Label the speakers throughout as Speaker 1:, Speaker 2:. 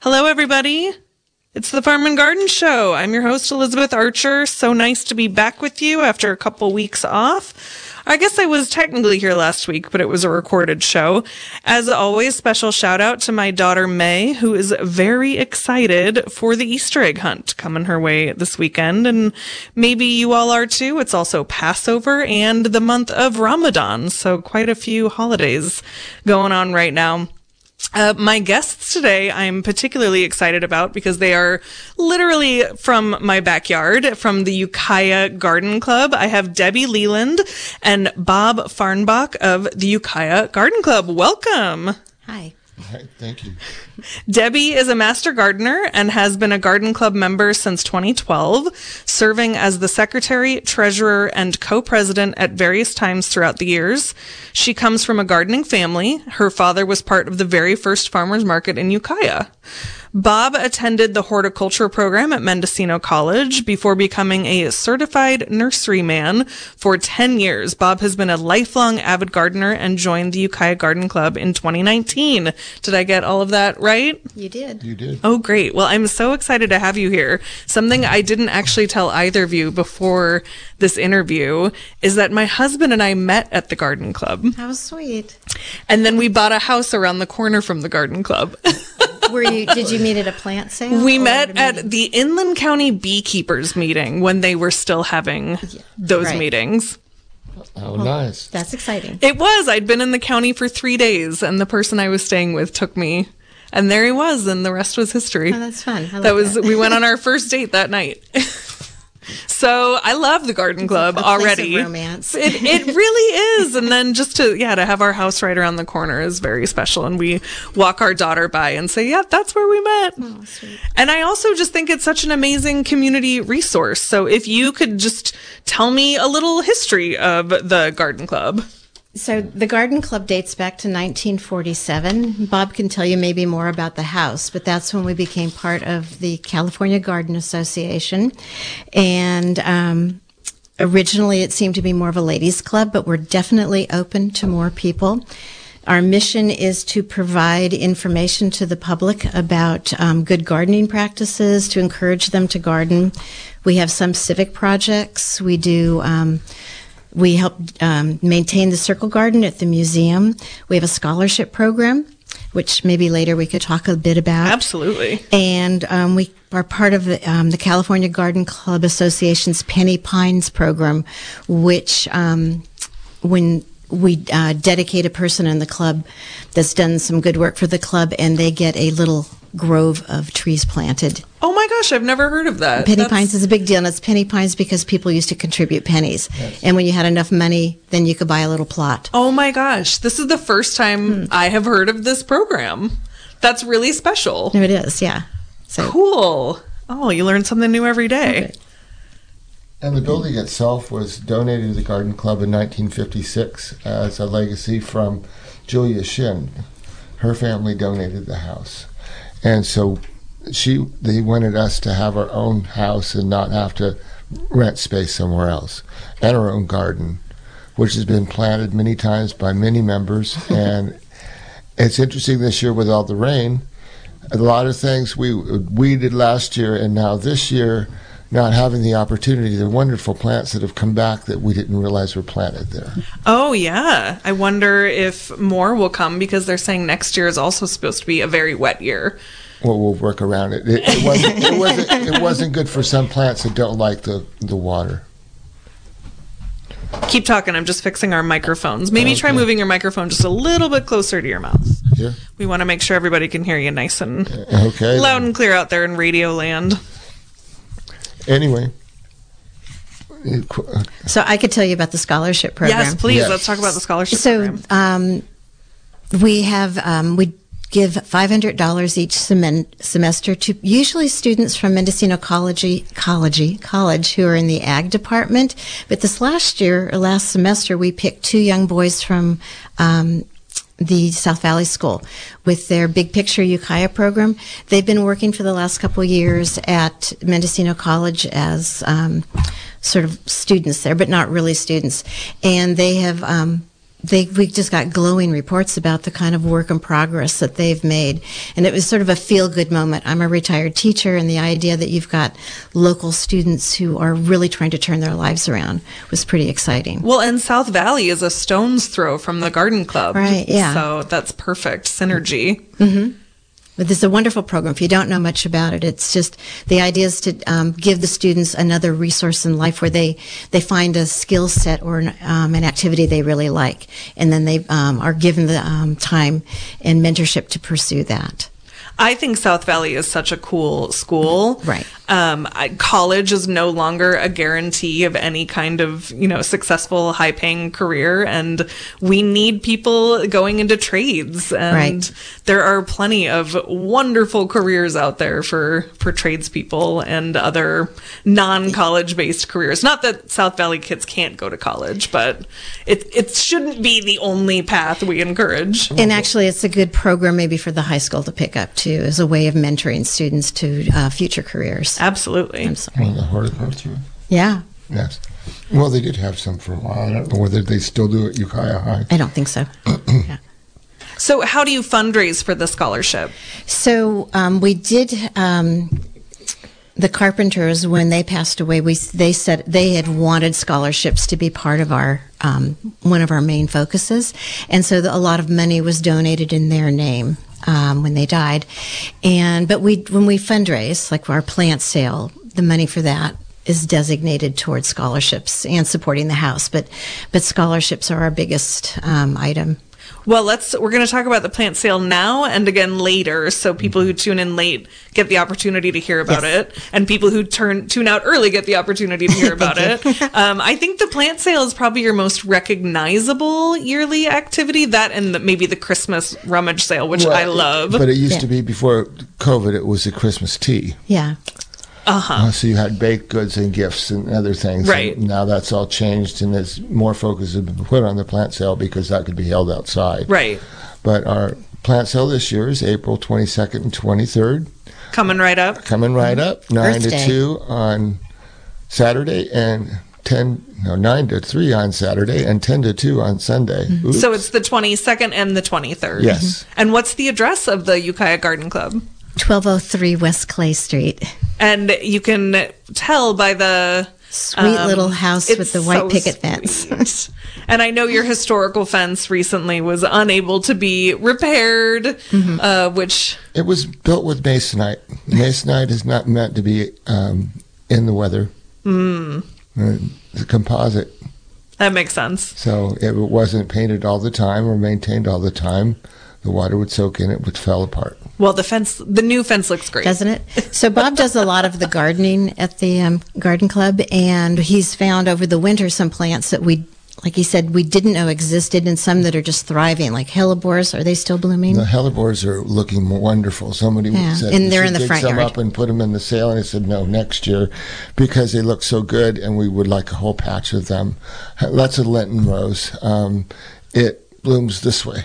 Speaker 1: Hello, everybody. It's the Farm and Garden Show. I'm your host, Elizabeth Archer. So nice to be back with you after a couple weeks off. I guess I was technically here last week, but it was a recorded show. As always, special shout out to my daughter May, who is very excited for the Easter egg hunt coming her way this weekend. And maybe you all are too. It's also Passover and the month of Ramadan. So quite a few holidays going on right now. Uh, my guests today, I'm particularly excited about because they are literally from my backyard, from the Ukiah Garden Club. I have Debbie Leland and Bob Farnbach of the Ukiah Garden Club. Welcome.
Speaker 2: Hi.
Speaker 3: Right, thank you.
Speaker 1: Debbie is a master gardener and has been a garden club member since 2012, serving as the secretary, treasurer, and co-president at various times throughout the years. She comes from a gardening family. Her father was part of the very first farmers market in Ukiah. Bob attended the horticulture program at Mendocino College before becoming a certified nurseryman for 10 years. Bob has been a lifelong avid gardener and joined the Ukiah Garden Club in 2019. Did I get all of that right?
Speaker 2: You did.
Speaker 3: You did.
Speaker 1: Oh, great. Well, I'm so excited to have you here. Something I didn't actually tell either of you before this interview is that my husband and I met at the garden club
Speaker 2: How sweet.
Speaker 1: and then we bought a house around the corner from the garden club.
Speaker 2: Were you did you meet at a plant sale?
Speaker 1: We
Speaker 2: or
Speaker 1: met
Speaker 2: a meeting?
Speaker 1: at the Inland County Beekeepers meeting when they were still having those
Speaker 2: right.
Speaker 1: meetings.
Speaker 3: Oh, nice.
Speaker 2: That's exciting.
Speaker 1: It was. I'd been in the county for three days, and the person I was staying with took me, and there he was, and the rest was history.
Speaker 2: Oh, that's fun. I like
Speaker 1: that was.
Speaker 2: that.
Speaker 1: We went on our first date that night. so I love the garden club
Speaker 2: a place of
Speaker 1: already.
Speaker 2: romance.
Speaker 1: It it really is. And then just to yeah to have our house right around the corner is very special. And we walk our daughter by and say, yeah, that's where we met.
Speaker 2: Oh, sweet.
Speaker 1: And I also just think it's such an amazing community resource. So if you could just tell me a little history of the garden club.
Speaker 2: So the garden club dates back to 1947. Bob can tell you maybe more about the house, but that's when we became part of the California Garden Association. And um, originally it seemed to be more of a ladies club, but we're definitely open to more people. Our mission is to provide information to the public about um, good gardening practices, to encourage them to garden. We have some civic projects. We do. Um, we help um, maintain the circle garden at the museum. We have a scholarship program, which maybe later we could talk a bit about.
Speaker 1: Absolutely.
Speaker 2: And um, we are part of the, um, the California Garden Club Association's Penny Pines program, which um, when we uh, dedicate a person in the club that's done some good work for the club, and they get a little grove of trees planted.
Speaker 1: Oh my gosh, I've never heard of that.
Speaker 2: Penny
Speaker 1: That's-
Speaker 2: pines is a big deal, and it's penny pines because people used to contribute pennies. And when you had enough money, then you could buy a little plot.
Speaker 1: Oh my gosh, this is the first time
Speaker 2: Hmm.
Speaker 1: I have heard of this program. That's really special.
Speaker 2: There it is, yeah. So
Speaker 1: Cool. Oh, you learn something new every day.
Speaker 3: And the building itself was donated to the Garden Club in 1956 as a legacy from Julia Shin. Her family donated the house, and so she they wanted us to have our own house and not have to rent space somewhere else, and our own garden, which has been planted many times by many members. and it's interesting this year with all the rain. A lot of things we weeded last year, and now this year not having the opportunity, the wonderful plants that have come back that we didn't realize were planted there.
Speaker 1: Oh yeah. I wonder if more will come because they're saying next year is also supposed to be a very wet year.
Speaker 3: Well, we'll work around it. It, it, wasn't, it, wasn't, it wasn't good for some plants that don't like the, the water.
Speaker 1: Keep talking. I'm just fixing our microphones. Maybe try
Speaker 3: Okay.
Speaker 1: moving your microphone just a little bit closer to your mouth.
Speaker 3: Here?
Speaker 1: We want to make sure everybody can hear you nice and
Speaker 3: Okay.
Speaker 1: loud and clear out there in radio land.
Speaker 3: Anyway. It qu- uh,
Speaker 2: so I could tell you about the scholarship program.
Speaker 1: Yes, please.
Speaker 3: Yes.
Speaker 1: Let's talk about the scholarship
Speaker 2: So
Speaker 1: program.
Speaker 2: um, we have um, we give five hundred dollars each semen- semester to usually students from Mendocino College, College, College who are in the ag department. But this last year, or last semester, we picked two young boys from. Um, the South Valley School with their Big Picture Ukiah program. They've been working for the last couple of years at Mendocino College as um, sort of students there, but not really students. And they have um, they we just got glowing reports about the kind of work in progress that they've made and it was sort of a feel good moment i'm a retired teacher and the idea that you've got local students who are really trying to turn their lives around was pretty exciting
Speaker 1: Well, and South Valley is a stone's throw from the garden club.
Speaker 2: Right, yeah.
Speaker 1: So that's perfect synergy.
Speaker 2: But this is a wonderful program. If you don't know much about it, it's just the idea is to um, give the students another resource in life where they, they find a skill set or an, um, an activity they really like. And then they um, are given the um, time and mentorship to pursue that.
Speaker 1: I think South Valley is such a cool school.
Speaker 2: Right.
Speaker 1: Um, I, college is no longer a guarantee of any kind of, you know, successful, high paying career. And we need people going into trades. And
Speaker 2: Right.
Speaker 1: there are plenty of wonderful careers out there for, for tradespeople and other non college based careers. Not that South Valley kids can't go to college, but it, it shouldn't be the only path we encourage.
Speaker 2: And actually, it's a good program maybe for the high school to pick up too as a way of mentoring students to uh, future careers.
Speaker 1: Absolutely.
Speaker 2: I'm sorry.
Speaker 3: Well, the horticulture.
Speaker 2: Yeah,
Speaker 3: Yes. Well, they did have some for a while. I don't know whether they still do at Ukiah High.
Speaker 2: I don't think so. yeah.
Speaker 1: So, how do you fundraise for the scholarship?
Speaker 2: So um, we did. Um, the Carpenters, when they passed away, we they said they had wanted scholarships to be part of our um, one of our main focuses, and so the, a lot of money was donated in their name um, when they died. And but we when we fundraise, like our plant sale, the money for that is designated towards scholarships and supporting the house. But but scholarships are our biggest um, item.
Speaker 1: Well, let's we're going to talk about the plant sale now and again later so people who tune in late get the opportunity to hear about
Speaker 2: Yes.
Speaker 1: it and people who turn tune out early get the opportunity to hear about it. Um, I think the plant sale is probably your most recognizable yearly activity that and the, maybe the Christmas rummage sale which I love.
Speaker 3: But it used
Speaker 2: Yeah.
Speaker 3: to be before COVID, it was the Christmas tea.
Speaker 2: Yeah.
Speaker 3: Uh, so you had baked goods and gifts and other things.
Speaker 1: Right.
Speaker 3: And now that's all changed, and there's more focus has been put on the plant sale because that could be held outside.
Speaker 1: right.
Speaker 3: But our plant sale this year is April 22nd and 23rd.
Speaker 1: Coming right up.
Speaker 3: Coming right
Speaker 1: Mm-hmm.
Speaker 3: up, 9
Speaker 2: Earth
Speaker 3: to
Speaker 2: Day.
Speaker 3: 2 on Saturday and 10, no, 9 to 3 on Saturday and 10 to 2 on Sunday. Oops.
Speaker 1: Mm-hmm. So it's the 22nd and the 23rd.
Speaker 3: Yes.
Speaker 1: And what's the address of the Ukiah Garden Club?
Speaker 2: 1203 West Clay Street.
Speaker 1: And you can tell by the um,
Speaker 2: Sweet little house
Speaker 1: it's
Speaker 2: with the white
Speaker 1: so
Speaker 2: picket fence.
Speaker 1: sweet. and I know your historical fence recently was unable to be repaired,
Speaker 2: Mm-hmm.
Speaker 1: uh, which
Speaker 3: It was built with masonite. Masonite is not meant to be um, in the weather. Mm. It's a composite,
Speaker 1: that makes sense.
Speaker 3: so if it wasn't painted all the time or maintained all the time, the water would soak in it, would fell apart.
Speaker 1: Well, the fence, the new fence looks great.
Speaker 2: Doesn't it? So Bob does a lot of the gardening at the um, garden club, and he's found over the winter some plants that we, like he said, we didn't know existed, and some that are just thriving, like hellebores. Are they still blooming?
Speaker 3: The hellebores are looking wonderful. Somebody
Speaker 2: Mm-hmm. Yeah,
Speaker 3: said,
Speaker 2: and
Speaker 3: "You
Speaker 2: they're
Speaker 3: should
Speaker 2: in the
Speaker 3: dig
Speaker 2: front
Speaker 3: some
Speaker 2: yard.
Speaker 3: up and put them in the sale," and I said, "No, next year, because they look so good, and we would like a whole patch of them." That's a Lenten rose. Um, it blooms this way.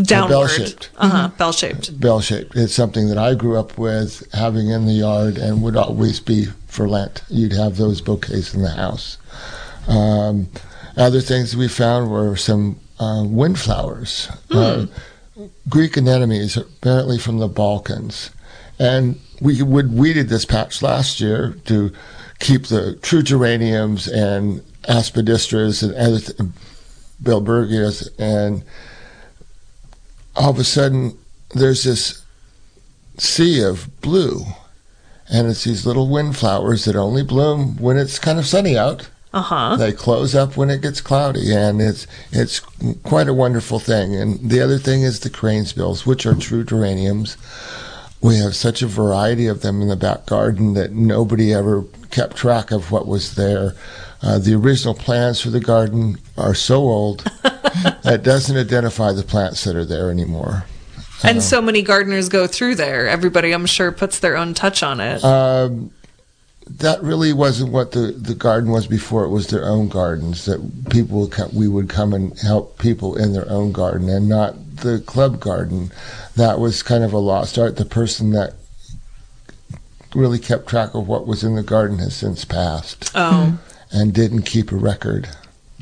Speaker 1: Downward,
Speaker 3: bell-shaped.
Speaker 1: Uh
Speaker 2: Mm-hmm.
Speaker 1: huh. Bell shaped.
Speaker 3: bell shaped. It's something that I grew up with having in the yard and would always be for Lent. You'd have those bouquets in the house. Um, other things we found were some uh, windflowers, uh, Greek anemones, apparently from the Balkans. And we would weeded this patch last year to keep the true geraniums and aspidistras and other th- bilbergias and all of a sudden there's this sea of blue and it's these little windflowers that only bloom when it's kind of sunny out
Speaker 1: Uh huh.
Speaker 3: they close up when it gets cloudy and it's it's quite a wonderful thing and the other thing is the crane's bills which are true geraniums we have such a variety of them in the back garden that nobody ever kept track of what was there uh, the original plans for the garden are so old that doesn't identify the plants that are there anymore
Speaker 1: And so many gardeners go through there. Everybody, I'm sure, puts their own touch on it.
Speaker 3: um, that really wasn't what the, the garden was before. It was their own gardens that people would come, we would come and help people in their own garden and not the club garden. That was kind of a lost art. The person that really kept track of what was in the garden has since passed
Speaker 1: oh,
Speaker 3: and didn't keep a record.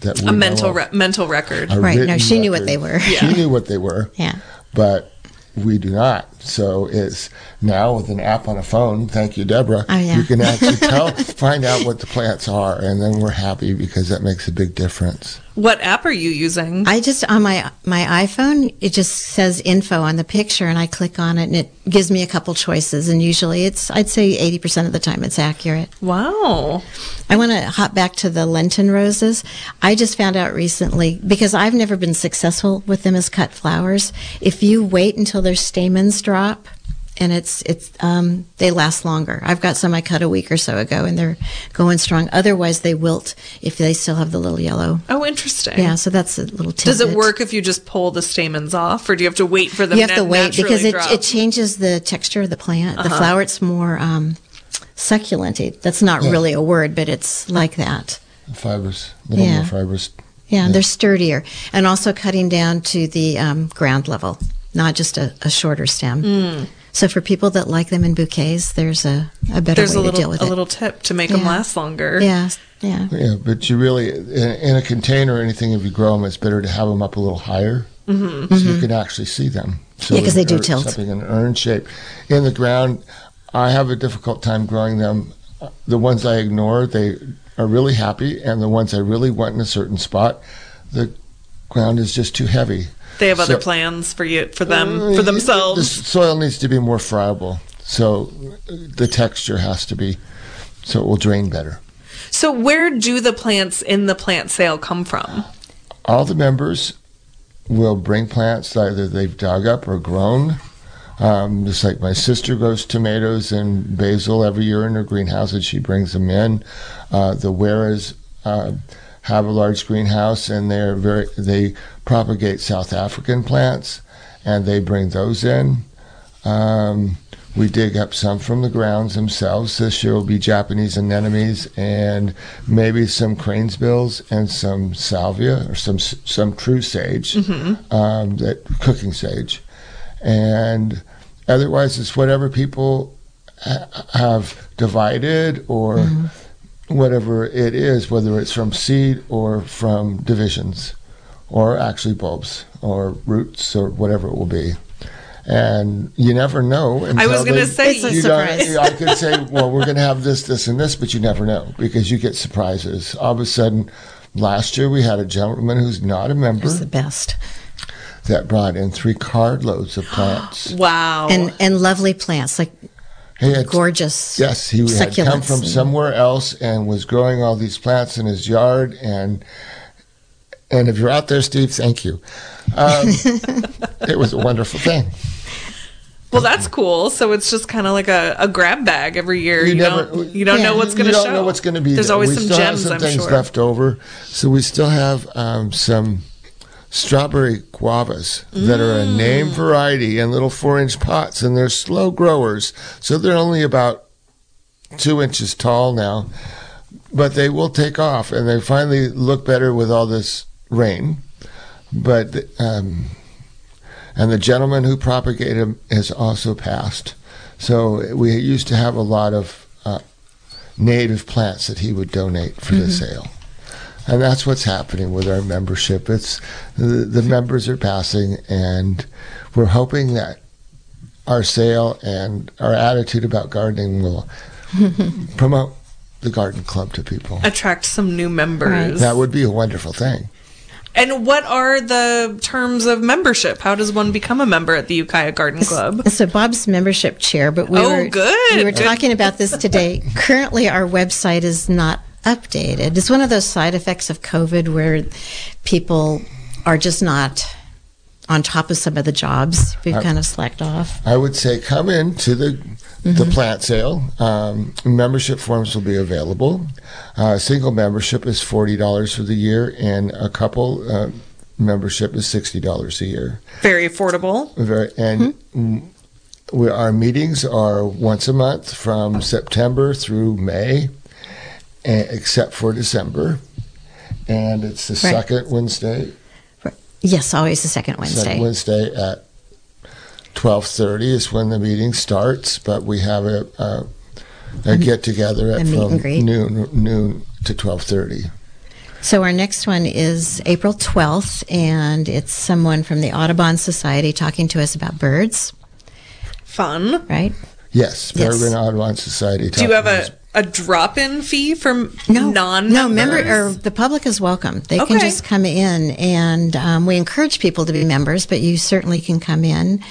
Speaker 3: that we
Speaker 1: a
Speaker 3: know
Speaker 1: mental
Speaker 3: of.
Speaker 1: re- mental record.
Speaker 3: A
Speaker 2: Right, no,
Speaker 3: written
Speaker 2: she knew what
Speaker 3: record.
Speaker 2: they were.
Speaker 3: She knew what they were.
Speaker 2: Yeah.
Speaker 3: But we do not. So it's now with an app on a phone. Thank you, Deborah.
Speaker 2: Oh, yeah.
Speaker 3: You can actually tell, find out what the plants are, and then we're happy because that makes a big difference.
Speaker 1: What app are you using?
Speaker 2: I just on my my iPhone, it just says info on the picture, and I click on it, and it gives me a couple choices. And usually, it's I'd say eighty percent of the time it's accurate.
Speaker 1: wow.
Speaker 2: I want to hop back to the Lenten roses. I just found out recently because I've never been successful with them as cut flowers. If you wait until their stamens drop, and it's it's um, they last longer. I've got some I cut a week or so ago, and they're going strong. Otherwise, they wilt if they still have the little yellow.
Speaker 1: Oh, interesting.
Speaker 2: Yeah, so that's a little. Tidbit.
Speaker 1: Does it work if you just pull the stamens off, or do you have to wait for them?
Speaker 2: you have
Speaker 1: na-
Speaker 2: to wait
Speaker 1: naturally
Speaker 2: because it,
Speaker 1: drop? Uh-huh.
Speaker 2: it changes the texture of the plant. The flower, it's more um, succulent. That's not really a word, but it's like that.
Speaker 3: The fibers, a little
Speaker 2: Yeah.
Speaker 3: more fibers.
Speaker 2: Yeah, and they're sturdier. And also cutting down to the um, ground level, not just a, a shorter stem.
Speaker 1: Hmm.
Speaker 2: So for people that like them in bouquets, there's a, a better
Speaker 1: There's
Speaker 2: way
Speaker 1: a
Speaker 2: to deal
Speaker 1: little
Speaker 2: with
Speaker 1: a
Speaker 2: it.
Speaker 1: little tip to make them
Speaker 2: Yeah.
Speaker 1: last longer.
Speaker 2: yeah, yeah.
Speaker 3: Yeah, but you really, in, in a container or anything, if you grow them, it's better to have them up a little higher so you can actually see them.
Speaker 2: Mm-hmm.
Speaker 3: So
Speaker 2: Yeah, 'cause they do
Speaker 3: or
Speaker 2: tilt.
Speaker 3: Something in an urn shape. In the ground, I have a difficult time growing them. The ones I ignore, they are really happy, and the ones I really want in a certain spot, the ground is just too heavy.
Speaker 1: They have other
Speaker 3: So-
Speaker 1: plans for you for them
Speaker 3: Uh,
Speaker 1: for
Speaker 3: The
Speaker 1: themselves.
Speaker 3: soil needs to be more friable, so uh, the texture has to be, so it will drain better.
Speaker 1: So where do the plants in the plant sale come from?
Speaker 3: all the members will bring plants that either they've dug up or grown. Um, just like my sister grows tomatoes and basil every year in her greenhouse, and she brings them in. Uh, the Waras uh, have a large greenhouse, and they're very they propagate South African plants, and they bring those in. Um, we dig up some from the grounds themselves. This year will be Japanese anemones and maybe some cranesbills and some salvia or some some true sage, um, that cooking sage, and otherwise it's whatever people ha- have divided or whatever it is, whether it's from seed or from divisions, or actually bulbs or roots or whatever it will be. And you never know. Until
Speaker 1: was gonna
Speaker 3: they-
Speaker 1: say- It's
Speaker 2: a
Speaker 3: you don't-
Speaker 2: surprise.
Speaker 3: I could say, well, we're going to have this, this, and this, but you never know because you get surprises. All of a sudden, last year we had a gentleman who's not a member
Speaker 2: It's the best.
Speaker 3: that brought in three cartloads of plants.
Speaker 1: Wow.
Speaker 2: And and lovely plants, like
Speaker 3: He had-
Speaker 2: gorgeous.
Speaker 3: Yes, he had come
Speaker 2: succulents
Speaker 3: from
Speaker 2: and-
Speaker 3: somewhere else and was growing all these plants in his yard. And and if you're out there, Steve, thank you. Um, it was a wonderful thing.
Speaker 1: well, that's cool. So it's just kind of like a, a grab bag every year. You, don't you don't
Speaker 2: yeah,
Speaker 1: know what's going to
Speaker 3: you
Speaker 1: show.
Speaker 3: don't know what's going to be.
Speaker 1: There's
Speaker 3: there.
Speaker 1: always
Speaker 3: we
Speaker 1: some
Speaker 3: still
Speaker 1: gems.
Speaker 3: Have some
Speaker 1: I'm
Speaker 3: things
Speaker 1: sure.
Speaker 3: left over, so we still have um, some strawberry guavas that are a
Speaker 1: Mm.
Speaker 3: name variety in little four-inch pots, and they're slow growers, so they're only about two inches tall now, but they will take off, and they finally look better with all this rain, but. Um, and the gentleman who propagated them has also passed. So we used to have a lot of uh, native plants that he would donate for the sale. And that's what's happening with our membership. It's the, the members are passing, and we're hoping that our sale and our attitude about gardening will promote the garden club to people.
Speaker 1: Attract some new members.
Speaker 3: That would be a wonderful thing.
Speaker 1: And what are the terms of membership? How does one become a member at the Ukiah Garden Club?
Speaker 2: So Bob's membership chair, but we
Speaker 1: Oh,
Speaker 2: were
Speaker 1: good.
Speaker 2: we were
Speaker 1: Good.
Speaker 2: talking about this today. Currently, our website is not updated. It's one of those side effects of COVID where people are just not on top of some of the jobs. We've kind of slacked off.
Speaker 3: I would say come in to the the plant sale. Um, membership forms will be available. Uh, single membership is forty dollars for the year, and a couple uh, membership is sixty dollars a year.
Speaker 1: Very affordable.
Speaker 3: Very, and mm, we, our meetings are once a month from September through May, eh, except for December, and it's the
Speaker 2: Right.
Speaker 3: second Wednesday
Speaker 2: Yes, always the second Wednesday.
Speaker 3: Second Wednesday at twelve thirty is when the meeting starts, but we have a a, a get together
Speaker 2: A
Speaker 3: at
Speaker 2: meet
Speaker 3: from
Speaker 2: and greet.
Speaker 3: noon noon to twelve thirty.
Speaker 2: So our next one is April 12th, and it's someone from the Audubon Society talking to us about birds,
Speaker 1: Fun.
Speaker 2: right?
Speaker 3: Yes,
Speaker 2: Yes.
Speaker 3: Peregrine Audubon Society.
Speaker 1: Do you have
Speaker 3: Talking
Speaker 1: a, a drop in fee for non
Speaker 2: Oh, no member or the public is welcome. They can
Speaker 1: Okay.
Speaker 2: just come in, and um, we encourage people to be members, but you certainly can come in.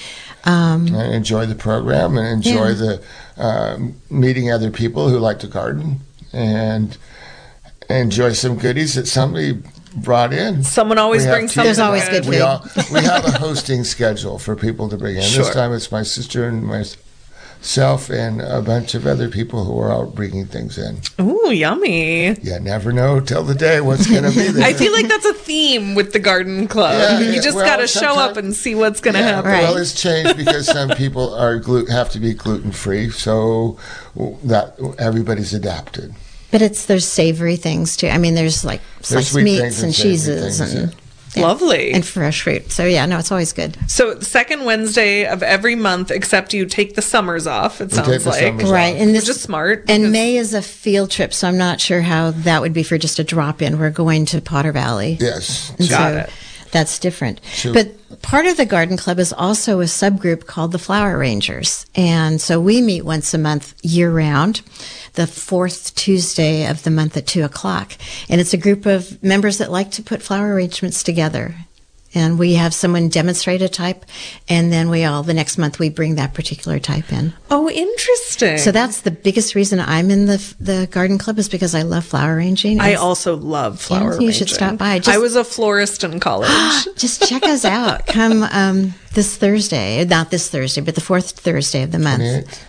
Speaker 2: Um,
Speaker 3: and enjoy the program and enjoy
Speaker 2: Yeah.
Speaker 3: the um, meeting other people who like to garden and enjoy some goodies that somebody brought in.
Speaker 1: Someone always
Speaker 3: We have
Speaker 1: brings
Speaker 3: tea.
Speaker 1: something.
Speaker 2: There's always
Speaker 1: in.
Speaker 2: good
Speaker 3: We
Speaker 2: food.
Speaker 3: all we have a hosting schedule for people to bring in.
Speaker 1: Sure.
Speaker 3: This time it's my sister and myself and a bunch of other people who are out bringing things in.
Speaker 1: Ooh, yummy.
Speaker 3: You never know till the day what's going to be there.
Speaker 1: I feel like that's a theme with the garden club.
Speaker 3: Yeah,
Speaker 1: you
Speaker 3: yeah,
Speaker 1: just
Speaker 3: well,
Speaker 1: got to show
Speaker 3: sometime-
Speaker 1: up and see what's going to
Speaker 3: Yeah,
Speaker 1: happen.
Speaker 3: Well,
Speaker 2: Right.
Speaker 3: it's changed because some people are glu- have to be gluten free, so that everybody's adapted.
Speaker 2: but it's there's savory things too. I mean, there's like
Speaker 3: There's
Speaker 2: sliced
Speaker 3: sweet
Speaker 2: meats
Speaker 3: things
Speaker 2: and,
Speaker 3: savory
Speaker 2: cheeses
Speaker 3: things,
Speaker 2: and,
Speaker 1: Lovely.
Speaker 2: and fresh fruit. So yeah, no, it's always good.
Speaker 1: so, second Wednesday of every month, except you take the summers off, it
Speaker 3: take
Speaker 1: sounds
Speaker 3: the
Speaker 1: like.
Speaker 3: summers.
Speaker 2: Right, and
Speaker 1: Which
Speaker 2: this
Speaker 1: is smart.
Speaker 2: And
Speaker 1: because-
Speaker 2: May is a field trip, so I'm not sure how that would be for just a drop in. We're going to Potter Valley.
Speaker 3: Yes,
Speaker 2: And
Speaker 1: Got
Speaker 2: so
Speaker 1: it.
Speaker 2: That's different.
Speaker 3: Sure.
Speaker 2: But part of the garden club is also a subgroup called the Flower Rangers. And so we meet once a month year round, the fourth Tuesday of the month at two o'clock. And it's a group of members that like to put flower arrangements together. And we have someone demonstrate a type, and then we all, the next month, we bring that particular type in.
Speaker 1: oh, interesting.
Speaker 2: So that's the biggest reason I'm in the f- the garden club is because I love flower arranging.
Speaker 1: I
Speaker 2: And
Speaker 1: also love flower
Speaker 2: you
Speaker 1: arranging.
Speaker 2: should stop by. Just-
Speaker 1: I was a florist in college.
Speaker 2: just check us out. Come um, this Thursday, not this Thursday, but the fourth Thursday of the month.
Speaker 3: Right.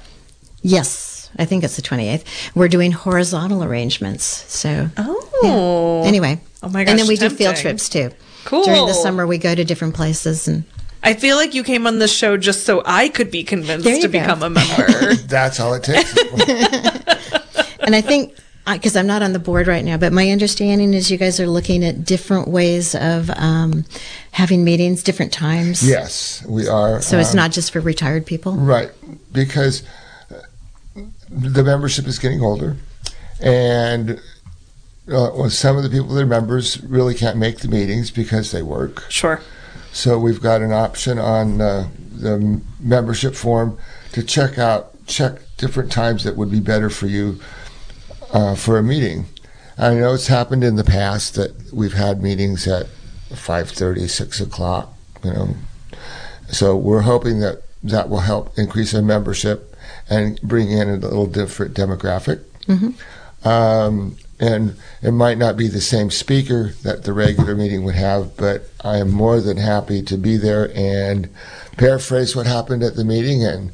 Speaker 2: Yes, I think it's the 28th. We're doing horizontal arrangements. So
Speaker 1: oh.
Speaker 2: anyway,
Speaker 1: Oh my
Speaker 2: and
Speaker 1: gosh,
Speaker 2: then we do field
Speaker 1: tempting.
Speaker 2: trips too.
Speaker 1: Cool.
Speaker 2: During the summer, we go to different places, and
Speaker 1: I feel like you came on the show just so I could be convinced
Speaker 2: There you
Speaker 1: to
Speaker 2: go.
Speaker 1: become a member.
Speaker 3: that's all it takes.
Speaker 2: and I think. Because I'm not on the board right now, but my understanding is you guys are looking at different ways of um, having meetings, different times.
Speaker 3: yes, we are.
Speaker 2: So it's
Speaker 3: um,
Speaker 2: not just for retired people.
Speaker 3: right because uh, the membership is getting older, and uh, well, some of the people that are members really can't make the meetings because they work.
Speaker 1: sure.
Speaker 3: So we've got an option on uh, the membership form to check out, check different times that would be better for you uh, for a meeting. I know it's happened in the past that we've had meetings at 5.30, 6 o'clock, you know. So we're hoping that that will help increase our membership and bring in a little different demographic. Um, and it might not be the same speaker that the regular meeting would have, but I am more than happy to be there and paraphrase what happened at the meeting and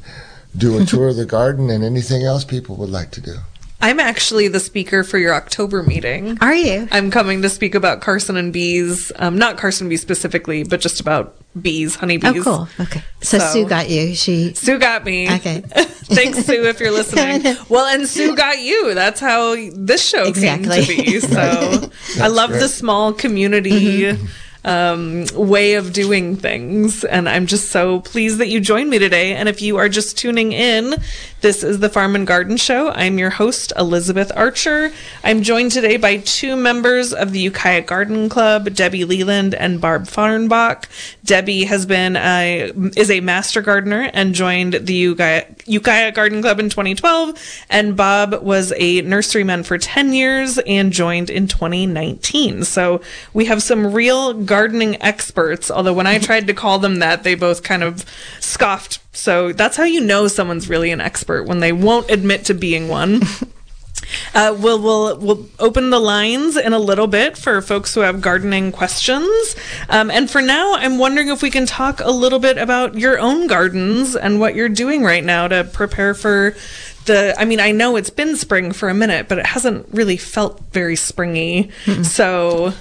Speaker 3: do a tour of the garden and anything else people would like to do.
Speaker 1: I'm actually the speaker for your October meeting.
Speaker 2: Are you?
Speaker 1: I'm coming to speak about Carson and bees. Um, not Carson bees specifically, but just about bees, honeybees.
Speaker 2: Oh, cool. Okay. So,
Speaker 1: So-
Speaker 2: Sue got you. She.
Speaker 1: Sue got me.
Speaker 2: Okay.
Speaker 1: Thanks, Sue, if you're listening. well, and Sue got you. That's how this show
Speaker 2: Exactly.
Speaker 1: came to be. So I love the
Speaker 3: great.
Speaker 1: small community um, way of doing things. And I'm just so pleased that you joined me today. And if you are just tuning in, this is the Farm and Garden Show. I'm your host, Elizabeth Archer. I'm joined today by two members of the Ukiah Garden Club, Debbie Leland and Barb Farnbach. Debbie has been a, is a master gardener and joined the Ukiah, Ukiah Garden Club in 2012. And Bob was a nurseryman for 10 years and joined in 2019. So we have some real gardening experts. Although when I tried to call them that, they both kind of scoffed. So that's how you know someone's really an expert when they won't admit to being one. Uh, we'll, we'll, we'll open the lines in a little bit for folks who have gardening questions. Um, and for now, I'm wondering if we can talk a little bit about your own gardens and what you're doing right now to prepare for the. I mean, I know it's been spring for a minute, but it hasn't really felt very springy.
Speaker 3: Hmm.
Speaker 1: So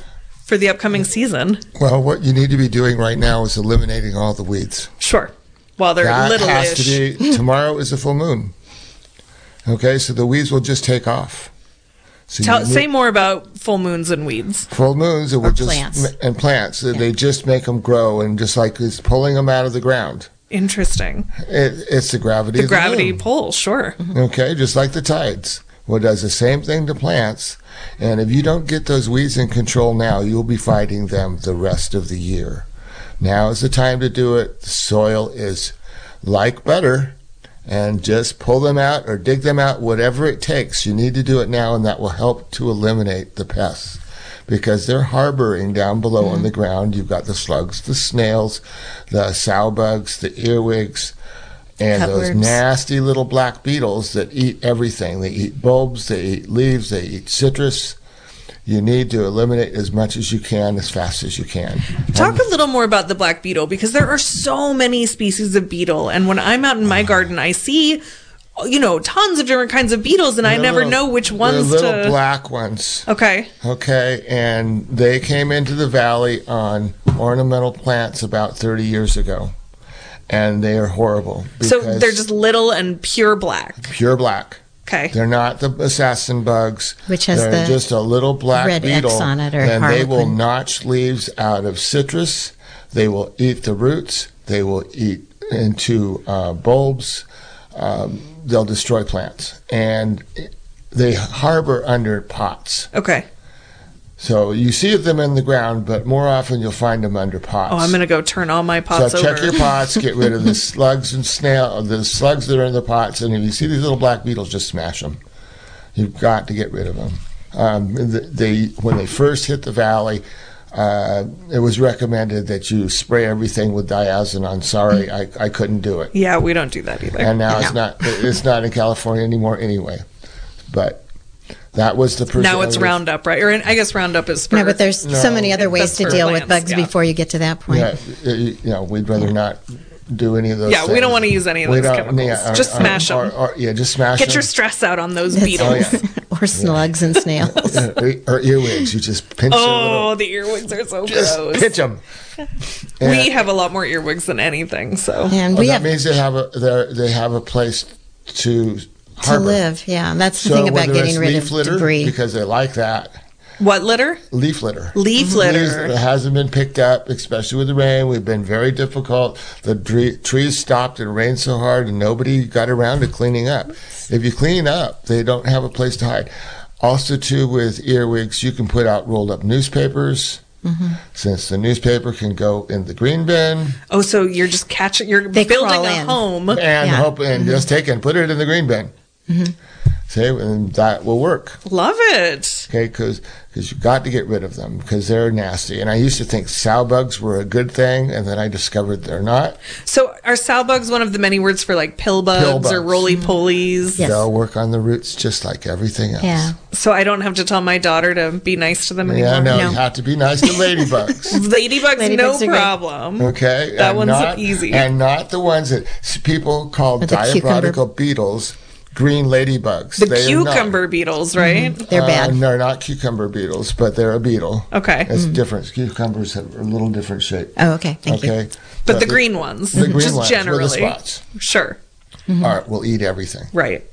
Speaker 1: for the upcoming season,
Speaker 3: Well, what you need to be doing right now is eliminating all the weeds.
Speaker 1: sure. While they're
Speaker 3: That
Speaker 1: little
Speaker 3: has
Speaker 1: ish.
Speaker 3: to be, tomorrow is the full moon. Okay, so the weeds will just take off. So you
Speaker 1: Tell,
Speaker 3: need-
Speaker 1: say more about full moons and weeds.
Speaker 3: full moons it will just
Speaker 2: plants.
Speaker 3: m- and plants they just make them grow and just like it's pulling them out of the ground
Speaker 1: Interesting.
Speaker 3: it, it's the gravity
Speaker 1: The
Speaker 3: of
Speaker 1: gravity
Speaker 3: moon.
Speaker 1: pull, sure.
Speaker 3: okay just like the tides well, it does the same thing to plants. And if you don't get those weeds in control now, you'll be fighting them the rest of the year. Now is the time to do it. The soil is like butter, and just pull them out or dig them out, whatever it takes. You need to do it now, and that will help to eliminate the pests because they're harboring down below on the ground. You've got the slugs, the snails, the sow bugs, the earwigs, and those
Speaker 2: Cutworms.
Speaker 3: nasty little black beetles that eat everything. They eat bulbs, they eat leaves, they eat citrus. You need to eliminate as much as you can, as fast as you can.
Speaker 1: Talk a little more about the black beetle because there are so many species of beetle. And when I'm out in
Speaker 3: Ah.
Speaker 1: my garden, I see, you know, tons of different kinds of beetles, and I
Speaker 3: They're
Speaker 1: never
Speaker 3: little-
Speaker 1: know which
Speaker 3: they're
Speaker 1: ones
Speaker 3: little
Speaker 1: to.
Speaker 3: black ones.
Speaker 1: okay.
Speaker 3: Okay, and they came into the valley on ornamental plants about 30 years ago, and they are horrible.
Speaker 1: So
Speaker 3: because
Speaker 1: they're just little and pure black.
Speaker 3: pure black.
Speaker 1: Okay.
Speaker 3: They're not the assassin bugs,
Speaker 2: Which has
Speaker 3: they're
Speaker 2: the
Speaker 3: just a little black
Speaker 2: red X
Speaker 3: beetle,
Speaker 2: on it or
Speaker 3: and they will
Speaker 2: harlequin.
Speaker 3: notch leaves out of citrus. They will eat the roots. They will eat into uh, bulbs. Um, they'll destroy plants, and they harbor under pots.
Speaker 1: Okay.
Speaker 3: So you see them in the ground, but more often you'll find them under pots.
Speaker 1: Oh, I'm going to go turn all my pots
Speaker 3: so
Speaker 1: over.
Speaker 3: check your pots, get rid of the slugs and snail, the slugs that are in the pots, and if you see these little black beetles, just smash them. You've got to get rid of them. Um, th- they when they first hit the valley, uh, it was recommended that you spray everything with diazinon. Sorry, I, I couldn't do it,
Speaker 1: yeah, we don't do that either.
Speaker 3: and now it's not it's not in California anymore anyway. But that was the
Speaker 1: now it's
Speaker 3: preservative.
Speaker 1: Roundup, right? Or I guess Roundup is. For,
Speaker 2: No, but there's so many other ways
Speaker 1: That's
Speaker 2: to
Speaker 1: for
Speaker 2: deal with
Speaker 1: plants,
Speaker 2: bugs
Speaker 1: yeah.
Speaker 2: before you get to that point.
Speaker 3: Yeah, y- y- you know, we'd rather not do any of those.
Speaker 1: Yeah, we
Speaker 3: things.
Speaker 1: don't wanna use any of
Speaker 3: We
Speaker 1: those
Speaker 3: don't-
Speaker 1: chemicals. Just smash 'em.
Speaker 3: or- or- yeah, just smash
Speaker 1: Get your
Speaker 3: 'em.
Speaker 1: stress out on those
Speaker 2: That's
Speaker 1: beetles.
Speaker 3: Oh, yeah.
Speaker 2: right. or slugs and snails.
Speaker 3: or, or earwigs. You just pinch.
Speaker 1: Oh, the earwigs are so
Speaker 3: their little,
Speaker 1: gross.
Speaker 3: just pinch them.
Speaker 1: We have a lot more earwigs than anything, so.
Speaker 2: And
Speaker 3: Well,
Speaker 2: we
Speaker 3: Oh, that
Speaker 2: have
Speaker 3: means they have a they're- they have a place to
Speaker 2: to
Speaker 3: harbor.
Speaker 2: live. Yeah, and that's the
Speaker 3: So
Speaker 2: thing about
Speaker 3: whether
Speaker 2: getting
Speaker 3: it's
Speaker 2: rid
Speaker 3: leaf
Speaker 2: of
Speaker 3: litter,
Speaker 2: debris.
Speaker 3: because they like that
Speaker 1: What litter?
Speaker 3: leaf litter.
Speaker 1: Leaf
Speaker 3: Leaves
Speaker 1: litter.
Speaker 3: that hasn't been picked up, especially with the rain. We've been very difficult. The dre- trees stopped and rained so hard, and nobody got around to cleaning up. If you clean up, they don't have a place to hide. Also, too, with earwigs, you can put out rolled up newspapers.
Speaker 1: Mm-hmm.
Speaker 3: Since the newspaper can go in the green bin
Speaker 1: Oh, so you're just catching, you're
Speaker 2: They
Speaker 1: building
Speaker 2: crawl
Speaker 1: a
Speaker 2: in.
Speaker 1: home.
Speaker 3: and
Speaker 2: Yeah.
Speaker 3: hope
Speaker 1: Mm-hmm.
Speaker 3: and just take it and put it in the green bin. See, and that will work.
Speaker 1: Love it.
Speaker 3: okay because you've got to get rid of them because they're nasty and i used to think sow bugs were a good thing and then i discovered they're not
Speaker 1: So are sow bugs one of the many words for like pill bugs,
Speaker 3: Pill
Speaker 1: or
Speaker 3: bugs.
Speaker 1: roly polies?
Speaker 2: Yes.
Speaker 3: they'll work on the roots just like everything else
Speaker 2: yeah,
Speaker 1: So I don't have to tell my daughter to be nice to them anymore.
Speaker 3: yeah no,
Speaker 2: No.
Speaker 3: you have to be nice to ladybugs
Speaker 1: Ladybugs,
Speaker 2: Ladybugs are
Speaker 1: no
Speaker 2: great.
Speaker 1: problem.
Speaker 3: okay
Speaker 1: That
Speaker 3: And
Speaker 1: one's
Speaker 3: not-
Speaker 1: easy.
Speaker 3: and not the ones that s- people call
Speaker 2: Or the cucumber.
Speaker 3: diabrotical beetles green ladybugs
Speaker 1: The
Speaker 3: They are not-
Speaker 1: cucumber beetles, right?
Speaker 2: they're
Speaker 3: uh,
Speaker 2: bad.
Speaker 3: they're not cucumber beetles but they're a beetle
Speaker 1: Okay.
Speaker 3: it's different cucumbers have a little different shape
Speaker 2: Oh, okay. Thank you.
Speaker 3: okay
Speaker 1: But the green ones,
Speaker 3: the green
Speaker 1: just
Speaker 3: ones
Speaker 1: generally.
Speaker 3: with the spots
Speaker 1: Sure.
Speaker 3: all right will eat everything
Speaker 1: Right.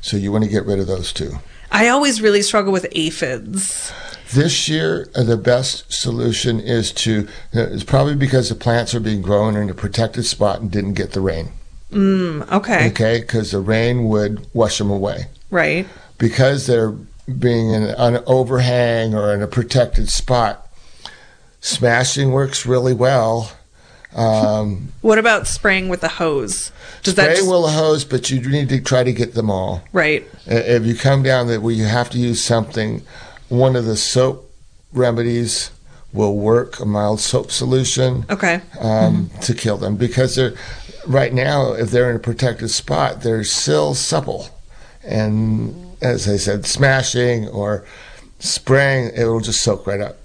Speaker 3: so you want to get rid of those too
Speaker 1: I always really struggle with aphids.
Speaker 3: This year, uh, the best solution is to, uh, it's probably because the plants are being grown in a protected spot and didn't get the rain,
Speaker 1: Mm, Okay.
Speaker 3: okay? Because the rain would wash them away.
Speaker 1: Right.
Speaker 3: Because they're being in an overhang or in a protected spot, smashing works really well. Um,
Speaker 1: What about spraying with a hose? Does that
Speaker 3: spray
Speaker 1: just,
Speaker 3: will hose, but you need to try to get them all.
Speaker 1: right?
Speaker 3: Uh, If you come down that where you have to use something, one of the soap remedies will work, a mild soap solution.
Speaker 1: Okay. Mm-hmm.
Speaker 3: um, to kill them because they're right now if they're in a protected spot they're still supple and as i said smashing or spraying it will just soak right up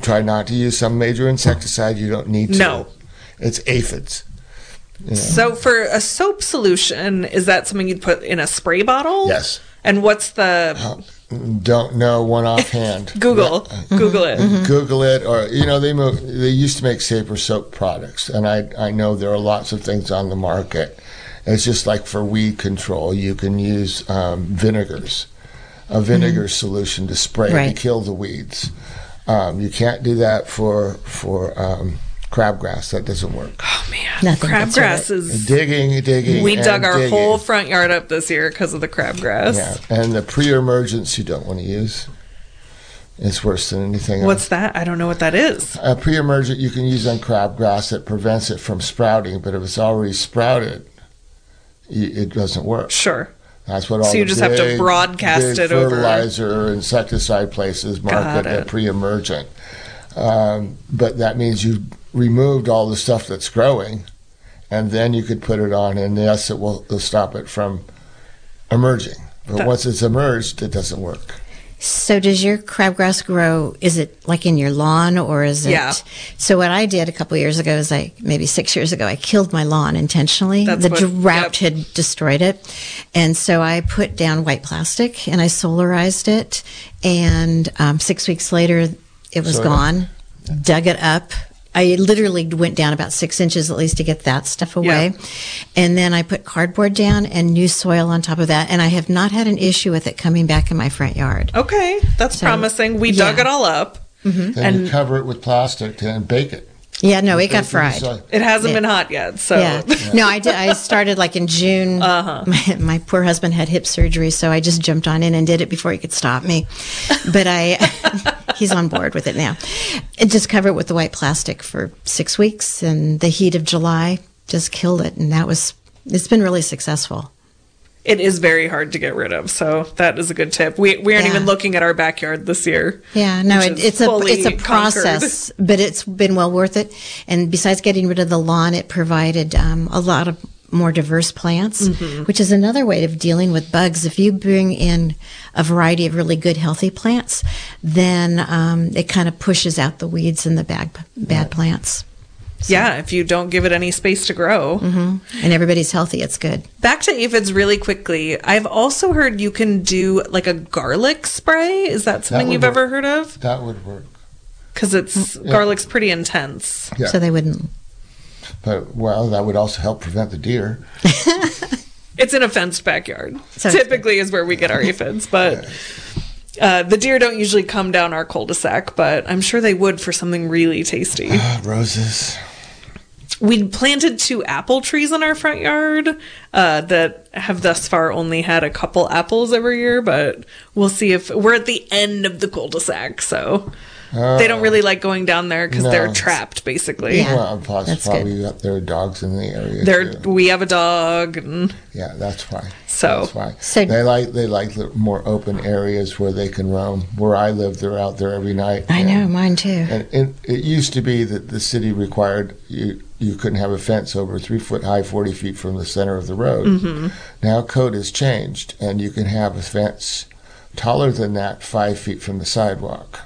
Speaker 3: try not to use some major insecticide you don't need to
Speaker 1: No.
Speaker 3: it's aphids
Speaker 1: So for a soap solution, is that something you'd put in a spray bottle?
Speaker 3: yes
Speaker 1: And what's the
Speaker 3: don't know one offhand
Speaker 1: Google? Google it.
Speaker 3: Mm-hmm. Google it, or you know, they mo- they used to make safer soap products, and I I know there are lots of things on the market. It's just like for weed control, you can use um, vinegars,
Speaker 1: Mm-hmm.
Speaker 3: a vinegar solution to spray
Speaker 2: Right.
Speaker 3: to kill the weeds. Um, you can't do that for for um, crabgrass. That doesn't work.
Speaker 1: Oh man,
Speaker 2: Nothing can sort
Speaker 1: crabgrass
Speaker 2: it.
Speaker 1: is.
Speaker 3: Digging, digging.
Speaker 1: We
Speaker 3: and
Speaker 1: dug our
Speaker 3: digging.
Speaker 1: whole front yard up this year because of the crabgrass.
Speaker 3: Yeah, and the pre-emergence you don't want to use. It's worse than anything else.
Speaker 1: What's that? I don't know what that is.
Speaker 3: A pre-emergent you can use on crabgrass that prevents it from sprouting, but if it's already sprouted, y- it doesn't work.
Speaker 1: Sure.
Speaker 3: That's what all
Speaker 1: So you
Speaker 3: the
Speaker 1: just have to
Speaker 3: big-
Speaker 1: broadcast
Speaker 3: big
Speaker 1: it over.
Speaker 3: fertilizer insecticide places
Speaker 1: Got
Speaker 3: market
Speaker 1: it.
Speaker 3: at pre-emergent. Um, but that means you've removed all the stuff that's growing, and then you could put it on, and yes, it will it'll stop it from emerging. But
Speaker 1: That-
Speaker 3: once it's emerged, it doesn't work.
Speaker 2: So does your crabgrass grow? Is it like in your lawn or is it?
Speaker 1: Yeah.
Speaker 2: So what I did a couple years ago is I maybe six years ago I killed my lawn intentionally.
Speaker 1: That's
Speaker 2: the
Speaker 1: what-
Speaker 2: drought had destroyed it, and so I put down white plastic and I solarized it, and um, six weeks later it was
Speaker 3: So-
Speaker 2: gone. Dug it up. I literally went down about six inches at least to get that stuff away. And then I put cardboard down and new soil on top of that. And I have not had an issue with it coming back in my front yard.
Speaker 1: Okay, that's
Speaker 2: So,
Speaker 1: promising. We dug
Speaker 2: yeah.
Speaker 1: it all up.
Speaker 3: Then you cover it with plastic and bake it.
Speaker 2: Yeah, no, it
Speaker 3: Bake
Speaker 2: got fried.
Speaker 3: inside.
Speaker 1: It hasn't
Speaker 2: Yeah.
Speaker 1: been hot yet, so
Speaker 2: Yeah. No, I did. I started like in June. My, my poor husband had hip surgery, so I just jumped on in and did it before he could stop me. But I, he's on board with it now. And just covered it with the white plastic for six weeks, and the heat of July just killed it. And that was, it's been really successful.
Speaker 1: it is very hard to get rid of. So that is a good tip. We we aren't
Speaker 2: Yeah.
Speaker 1: even looking at our backyard this year.
Speaker 2: Yeah, no,
Speaker 1: which
Speaker 2: it,
Speaker 1: is
Speaker 2: it's a
Speaker 1: fully
Speaker 2: it's a
Speaker 1: conquered.
Speaker 2: process, but it's been well worth it. And besides getting rid of the lawn, it provided um, a lot of more diverse plants,
Speaker 1: Mm-hmm.
Speaker 2: which is another way of dealing with bugs. If you bring in a variety of really good, healthy plants, then um, it kind of pushes out the weeds and the bad bad plants.
Speaker 1: Yeah, if you don't give it any space to grow.
Speaker 2: Mm-hmm. And everybody's healthy; it's good.
Speaker 1: Back to aphids really quickly. I've also heard you can do like a garlic spray. Is that something
Speaker 3: would
Speaker 1: you've
Speaker 3: work.
Speaker 1: ever heard of?
Speaker 3: That would work.
Speaker 1: Because it's garlic's pretty intense.
Speaker 3: Yeah.
Speaker 2: So they wouldn't.
Speaker 3: But well, that would also help prevent the deer.
Speaker 1: It's in a fenced backyard.
Speaker 2: Sounds good.
Speaker 1: Typically is where we get our aphids, but uh, the deer don't usually come down our cul-de-sac. But I'm sure they would for something really tasty.
Speaker 2: Uh,
Speaker 3: Ah, roses.
Speaker 1: we planted two apple trees in our front yard uh, that have thus far only had a couple apples every year, but we'll see if we're at the end of the cul-de-sac, so they don't really like going down there because
Speaker 3: No.
Speaker 1: they're trapped, basically.
Speaker 2: Yeah,
Speaker 3: well, plus
Speaker 2: that's
Speaker 3: probably there are dogs in the area.
Speaker 1: They're,
Speaker 3: too.
Speaker 1: we have a dog, and
Speaker 3: yeah, that's why.
Speaker 1: So-
Speaker 3: that's why
Speaker 2: So-
Speaker 3: they like they like the more open areas where they can roam. Where I live, they're out there every night.
Speaker 2: I know
Speaker 3: and,
Speaker 2: mine too.
Speaker 3: And it, it used to be that the city required you you couldn't have a fence over three foot high, forty feet from the center of the road. Now code has changed, and you can have a fence taller than that, five feet from the sidewalk.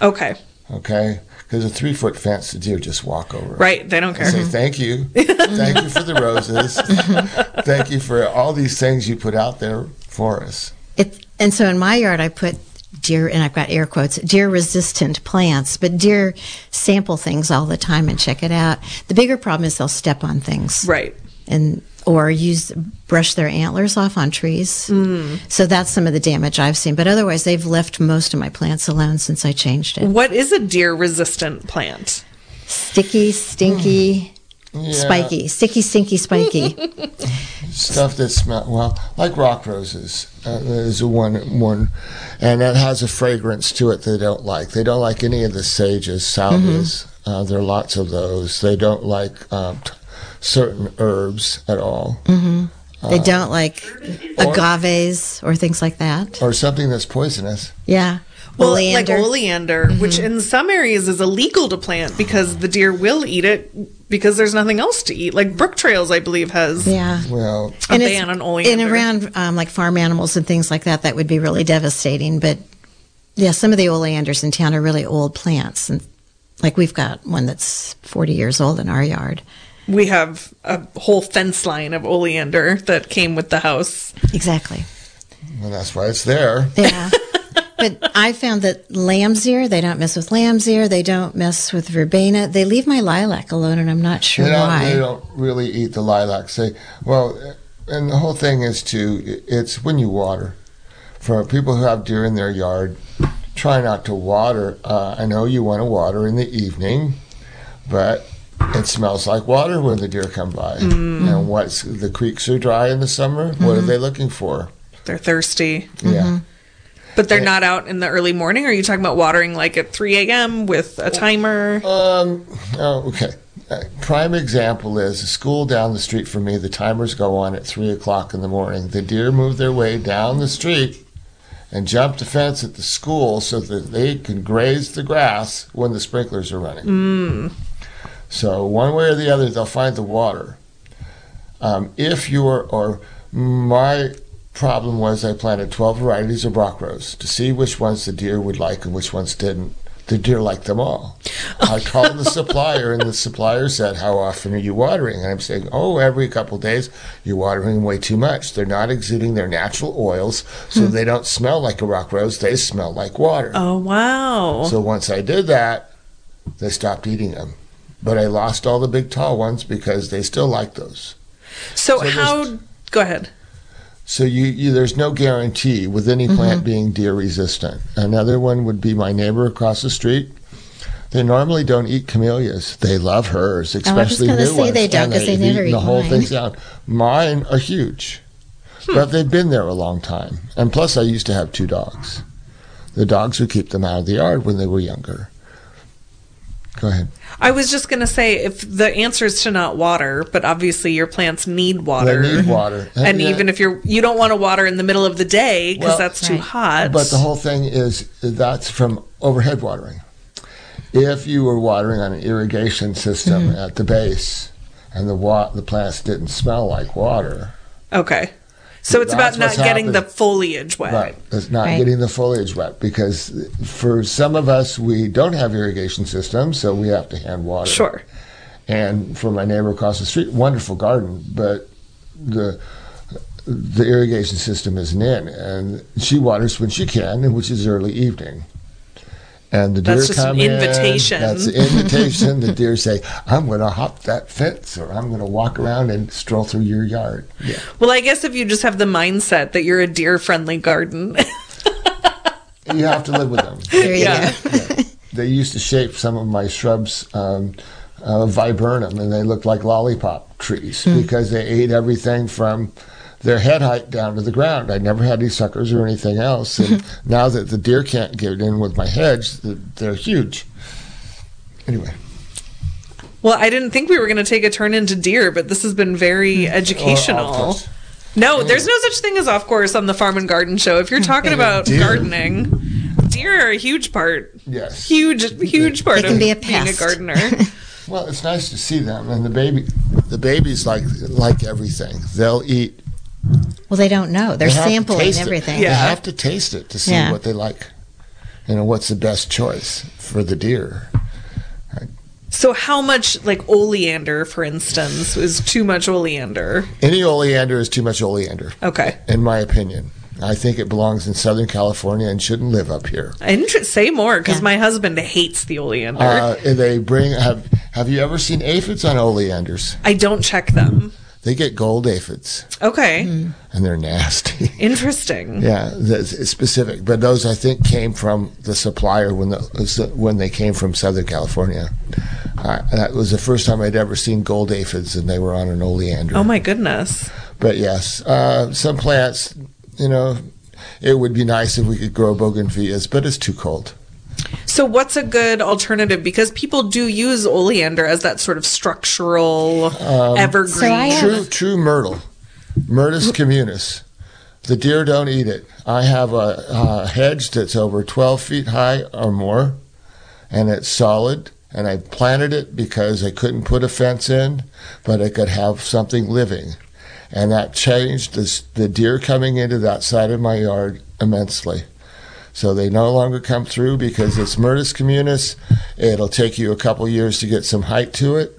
Speaker 1: okay,
Speaker 3: Okay, because a three foot fence, the deer just walk over. it.
Speaker 1: right, they don't care.
Speaker 3: and say thank you. thank you for the roses. thank you for all these things you put out there for us.
Speaker 2: It, and so in my yard, I put deer, and I've got air quotes, deer resistant plants, but deer sample things all the time and check it out. The bigger problem is they'll step on things.
Speaker 1: Right.
Speaker 2: And, or use brush their antlers off on trees. Mm. So that's some of the damage I've seen. But otherwise, they've left most of my plants alone since I changed it.
Speaker 1: What is a deer-resistant plant?
Speaker 2: Sticky, stinky,
Speaker 3: Yeah,
Speaker 2: spiky. Sticky, stinky, spiky.
Speaker 3: stuff that smell well, like rock roses. Uh, there's a one one, and that has a fragrance to it they don't like. They don't like any of the sages, salvias. Uh, there are lots of those. They don't like um, t- certain herbs at all,
Speaker 2: they don't like agaves or things like that.
Speaker 3: or something that's poisonous.
Speaker 2: Yeah.
Speaker 1: Well,
Speaker 2: Oleander. Mm-hmm.
Speaker 1: like oleander, which in some areas is illegal to plant because the deer will eat it because there's nothing else to eat. Like Brook Trails, I believe, has
Speaker 2: yeah.
Speaker 3: Well,
Speaker 1: a
Speaker 2: and it's-
Speaker 1: ban on oleander.
Speaker 2: And around um, like farm animals and things like that, that would be really devastating. But yeah, some of the oleanders in town are really old plants, and like we've got one that's forty years old in our yard.
Speaker 1: we have a whole fence line of oleander that came with the house.
Speaker 2: Exactly.
Speaker 3: well, that's why it's there.
Speaker 2: Yeah. but I found that lamb's ear, they don't mess with lamb's ear. They don't mess with verbena. They leave my lilac alone, and I'm not sure
Speaker 3: They don't,
Speaker 2: why.
Speaker 3: they don't really eat the lilacs. They well, and the whole thing is to it's when you water. For people who have deer in their yard, try not to water. Uh, I know you want to water in the evening, but it smells like water when the deer come by. And what's the creeks are dry in the summer? What are they looking for?
Speaker 1: They're thirsty,
Speaker 3: Yeah.
Speaker 1: but they're not out in the early morning. Are you talking about watering like at 3 a.m. with a timer?
Speaker 3: Um, oh, okay. Uh, prime example is a school down the street from me. The timers go on at three o'clock in the morning. The deer move their way down the street and jump the fence at the school so that they can graze the grass when the sprinklers are running. So one way or the other, they'll find the water. Um, if you're, or my problem was I planted 12 varieties of rock rose to see which ones the deer would like and which ones didn't. The deer liked them all. I called the supplier, and the supplier said, How often are you watering? And I'm saying, Oh, every couple days. You're watering way too much. They're not exuding their natural oils, so they don't smell like a rock rose. They smell like water.
Speaker 1: Oh, wow.
Speaker 3: So once I did that, they stopped eating them. But I lost all the big tall ones because they still like those.
Speaker 1: So,
Speaker 3: there's-
Speaker 1: how, go ahead.
Speaker 3: So you, you there's no guarantee with
Speaker 2: Mm-hmm.
Speaker 3: any plant being deer resistant. Another one would be my neighbor across the street. They normally don't eat camellias. They love hers,
Speaker 2: Oh,
Speaker 3: especially
Speaker 2: gonna
Speaker 3: new
Speaker 2: say
Speaker 3: ones.
Speaker 2: they don't,
Speaker 3: and
Speaker 2: 'cause they
Speaker 3: they've
Speaker 2: never
Speaker 3: eaten
Speaker 2: eat
Speaker 3: the whole
Speaker 2: mine. Hmm.
Speaker 3: thing down. Mine are huge, but they've been there a long time. And plus, I used to have two dogs. The dogs would keep them out of the yard when they were younger. Go ahead.
Speaker 1: I was just going to say if the answer is to not water, but obviously your plants need water.
Speaker 3: They need water.
Speaker 1: And
Speaker 3: Yeah.
Speaker 1: even if you're you don't want to water in the middle of the day because
Speaker 3: Well,
Speaker 1: that's too
Speaker 2: Right.
Speaker 1: hot.
Speaker 3: But the whole thing is that's from overhead watering. If you were watering on an irrigation system at the base and the wa- the plants didn't smell like water,
Speaker 1: okay. So it's
Speaker 3: That's
Speaker 1: about not
Speaker 3: what's
Speaker 1: getting the
Speaker 3: happened.
Speaker 1: foliage wet.
Speaker 3: right, it's not
Speaker 2: Right.
Speaker 3: getting the foliage wet because for some of us we don't have irrigation systems, so we have to hand water.
Speaker 1: Sure.
Speaker 3: And for my neighbor across the street, wonderful garden, but the the irrigation system isn't in, and she waters when she can, and which is early evening. And the deer
Speaker 1: That's just an
Speaker 3: come in,
Speaker 1: invitation.
Speaker 3: That's an invitation. the deer say, "I'm going to hop that fence, or I'm going to walk around and stroll through your yard." Yeah.
Speaker 1: Well, I guess if you just have the mindset that you're a deer friendly garden.
Speaker 3: You have to live with them.
Speaker 2: There you
Speaker 1: Yeah.
Speaker 2: go.
Speaker 3: They used to shape some of my shrubs um, uh, viburnum, and they looked like lollipop trees because they ate everything from their head height down to the ground. I never had any suckers or anything else, and now that the deer can't get in with my hedge, th- they're huge. Anyway,
Speaker 1: well, I didn't think we were going to take a turn into deer, but this has been very
Speaker 2: Hmm.
Speaker 1: educational.
Speaker 3: Off course.
Speaker 1: No, there's no such thing as off course on the Farm and Garden Show. If you're
Speaker 2: Hmm.
Speaker 1: talking about
Speaker 3: Deer.
Speaker 1: gardening, deer are a huge part.
Speaker 3: Yes.
Speaker 1: Huge, huge part
Speaker 2: can
Speaker 1: of
Speaker 2: be a
Speaker 1: being a
Speaker 2: pest.
Speaker 1: gardener.
Speaker 3: Well, it's nice to see them, and the baby, the babies like like everything. They'll eat.
Speaker 2: Well, they don't know. They're
Speaker 3: they have to
Speaker 2: sampling
Speaker 3: taste it.
Speaker 2: everything.
Speaker 3: They
Speaker 1: Yeah.
Speaker 3: have to taste it to see
Speaker 2: Yeah.
Speaker 3: what they like. You know, what's the best choice for the deer.
Speaker 1: so, how much, like oleander, for instance, is too much oleander?
Speaker 3: Any oleander is too much oleander,
Speaker 1: Okay,
Speaker 3: in my opinion. I think it belongs in Southern California and shouldn't live up here.
Speaker 1: and tr- say more because
Speaker 2: Yeah.
Speaker 1: my husband hates the oleander.
Speaker 3: Uh, and they bring have Have you ever seen aphids on oleanders?
Speaker 1: I don't check them.
Speaker 3: They get gold aphids,
Speaker 1: Okay,
Speaker 2: Hmm.
Speaker 3: and they're nasty.
Speaker 1: interesting.
Speaker 3: yeah, that's it's specific. But those I think came from the supplier when the when they came from Southern California. Uh, that was the first time I'd ever seen gold aphids, and they were on an oleander.
Speaker 1: Oh my goodness.
Speaker 3: But yes, uh, some plants, you know, it would be nice if we could grow bougainvilleas, but it's too cold.
Speaker 1: So, what's a good alternative? Because people do use oleander as that sort of structural evergreen.
Speaker 2: So I have-
Speaker 3: True, true myrtle, Myrtus communis. The deer don't eat it. I have a, a hedge that's over 12 feet high or more, and it's solid. And I planted it because I couldn't put a fence in, but I could have something living. And that changed this, the deer coming into that side of my yard immensely. So they no longer come through because it's Myrtus communis. It'll take you a couple years to get some height to it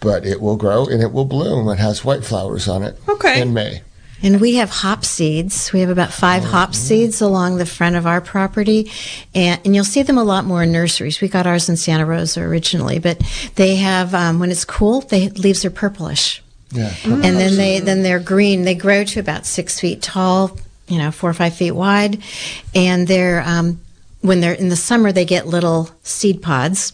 Speaker 3: but it will grow and it will bloom. It has white flowers on it.
Speaker 1: Okay.
Speaker 3: In May.
Speaker 2: And we have hop seeds. We have about 5 hop seeds along the front of our property. And, and you'll see them a lot more in nurseries. We got ours in Santa Rosa originally, but they have, um, when it's cool, the leaves are purplish.
Speaker 3: Yeah.
Speaker 2: and then they then they're green. They grow to about six feet tall, you know, four or five feet wide, and they're um, when they're in the summer they get little seed pods.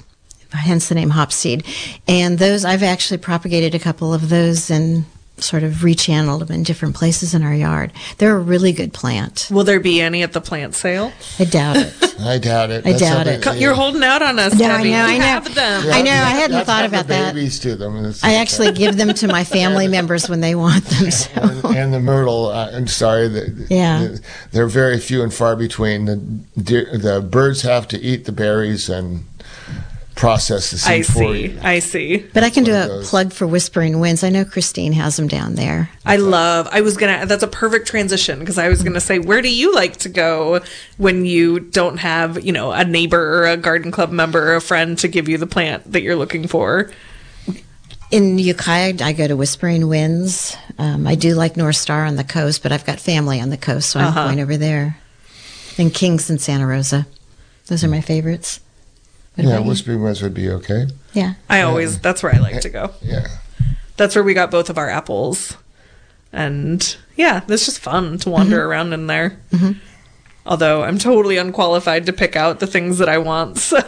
Speaker 2: hence the name hop seed. And those, I've actually propagated a couple of those and sort of rechanneled them in different places in our yard. They're a really good plant.
Speaker 1: Will there be any at the plant sale?
Speaker 2: I doubt it.
Speaker 3: I doubt it.
Speaker 2: I doubt it.
Speaker 3: how they-
Speaker 1: You're holding out on us,
Speaker 2: No, I
Speaker 1: Debbie.
Speaker 2: know,
Speaker 1: You
Speaker 2: I know.
Speaker 1: have them.
Speaker 2: I know, I hadn't
Speaker 3: That's
Speaker 2: thought
Speaker 3: how the
Speaker 2: about that.
Speaker 3: Babies to them. It's-
Speaker 2: I actually give them to my family members when they want them. So.
Speaker 3: and, and the myrtle. Uh, I'm sorry that
Speaker 2: Yeah.
Speaker 3: that they're very few and far between. The deer, the birds have to eat the berries and process the seed
Speaker 1: I
Speaker 3: for
Speaker 1: see.
Speaker 3: you.
Speaker 1: I see.
Speaker 2: But I can do
Speaker 3: One of
Speaker 2: a
Speaker 3: those.
Speaker 2: plug for Whispering Winds. I know Christine has them down there.
Speaker 1: I love. I was gonna. That's a perfect transition because I was gonna say, where do you like to go when you don't have, you know, a neighbor or a garden club member or a friend to give you the plant that you're looking for?
Speaker 2: In Ukiah, I go to Whispering Winds. Um, I do like North Star on the coast, but I've got family on the coast, so I'm
Speaker 1: Uh-huh.
Speaker 2: going over there. And Kings and Santa Rosa. Those are my favorites. What
Speaker 3: Yeah,
Speaker 2: about you?
Speaker 3: whispering winds would be okay.
Speaker 2: yeah.
Speaker 1: I always. That's where I like to go.
Speaker 3: Yeah.
Speaker 1: That's where we got both of our apples, and yeah, it's just fun to wander around in there. Although I'm totally unqualified to pick out the things that I want, so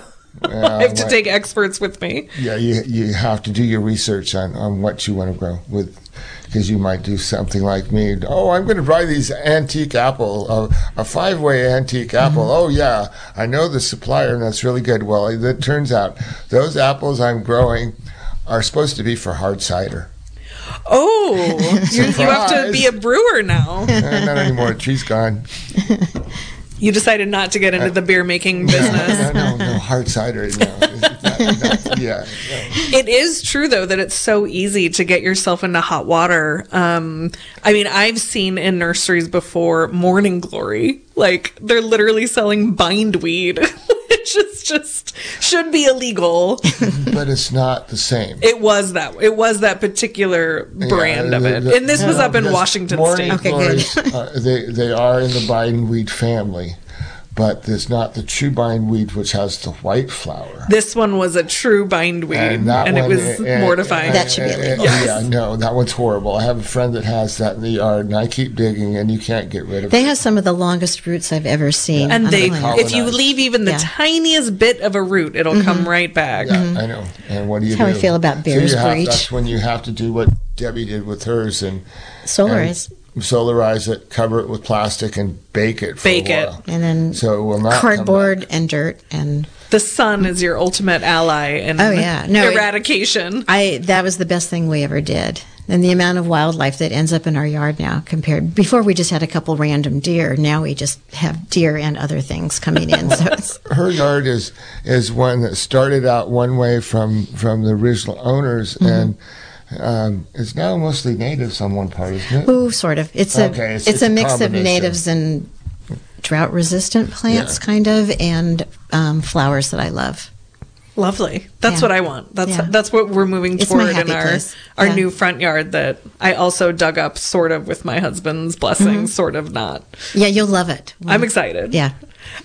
Speaker 1: I have to
Speaker 3: my-
Speaker 1: take experts with me.
Speaker 3: Yeah, you you have to do your research on, on what you want to grow with, because you might do something like me. Oh, I'm going to buy these antique apple, uh, a five way antique apple.
Speaker 1: Mm-hmm.
Speaker 3: Oh yeah, I know the supplier and that's really good. Well, it, it turns out those apples I'm growing are supposed to be for hard cider.
Speaker 1: Oh, you, you have to be a brewer now.
Speaker 3: Eh, Not anymore. The tree's gone.
Speaker 1: You decided not to get into the beer making business.
Speaker 3: No, no, no hard cider. No. Not- not- yeah. no.
Speaker 1: It is true though that it's so easy to get yourself into hot water. Um, I mean, I've seen in nurseries before morning glory. Like they're literally selling bindweed, which is just should be illegal.
Speaker 3: But it's not the same.
Speaker 1: It was that it was that particular brand
Speaker 3: Yeah,
Speaker 1: of
Speaker 3: the-
Speaker 1: it,
Speaker 3: the-
Speaker 1: and this was up in
Speaker 3: Yes,
Speaker 1: Washington
Speaker 3: morning
Speaker 1: State.
Speaker 2: Okay,
Speaker 3: glories, uh, they they are in the bindweed family, but there's not the true bindweed which has the white flower.
Speaker 1: This one was a true bindweed, Mm. and,
Speaker 3: that
Speaker 1: it
Speaker 3: one,
Speaker 1: was
Speaker 3: eh, eh,
Speaker 1: mortifying.
Speaker 3: eh,
Speaker 2: That should be
Speaker 3: eh, eh,
Speaker 2: illegal.
Speaker 3: Yeah, no, that one's horrible. I have a friend that has that in the yard, and I keep digging, and you can't get rid of
Speaker 2: They
Speaker 3: it.
Speaker 2: have some of the longest roots I've ever seen.
Speaker 1: and
Speaker 2: on
Speaker 1: they
Speaker 2: the planet.
Speaker 1: if you
Speaker 3: Colonized.
Speaker 1: leave even the
Speaker 2: Yeah.
Speaker 1: tiniest bit of a root it'll come right back
Speaker 3: Yeah, I know. And what do you
Speaker 2: Mm-hmm. That's how I
Speaker 3: do?
Speaker 2: feel about
Speaker 3: So you
Speaker 2: Bear's
Speaker 3: have-
Speaker 2: Breach.
Speaker 3: That's when you have to do what Debbie did with hers and
Speaker 2: solar
Speaker 3: and
Speaker 2: is,
Speaker 3: solarize it, cover it with plastic, and bake it. For
Speaker 1: Bake
Speaker 3: a
Speaker 1: it.
Speaker 3: while.
Speaker 2: and then
Speaker 3: So it will not come back.
Speaker 2: cardboard and dirt and
Speaker 1: the sun is your ultimate ally in
Speaker 2: Oh, yeah. No, it-
Speaker 1: eradication
Speaker 2: I that was the best thing we ever did. And the amount of wildlife that ends up in our yard now compared before we just had a couple random deer. Now we just have deer and other things coming in. So it's,
Speaker 3: her yard is is one that started out one way from from the original owners and um, it's now mostly natives on one part, isn't it?
Speaker 2: ooh, sort of. It's a
Speaker 3: Okay,
Speaker 2: it's,
Speaker 3: it's- it's
Speaker 2: a
Speaker 3: a
Speaker 2: mix of
Speaker 3: combination.
Speaker 2: natives and drought resistant plants,
Speaker 3: Yeah.
Speaker 2: kind of, and um, flowers that I love.
Speaker 1: lovely that's
Speaker 2: Yeah.
Speaker 1: what i want that's
Speaker 2: Yeah.
Speaker 1: that's what we're moving
Speaker 2: It's my
Speaker 1: toward in
Speaker 2: happy
Speaker 1: our
Speaker 2: place.
Speaker 1: our
Speaker 2: Yeah.
Speaker 1: new front yard that i also dug up sort of with my husband's blessing sort of not
Speaker 2: Yeah, you'll love it.
Speaker 1: i'm excited
Speaker 2: Mm-hmm. Yeah.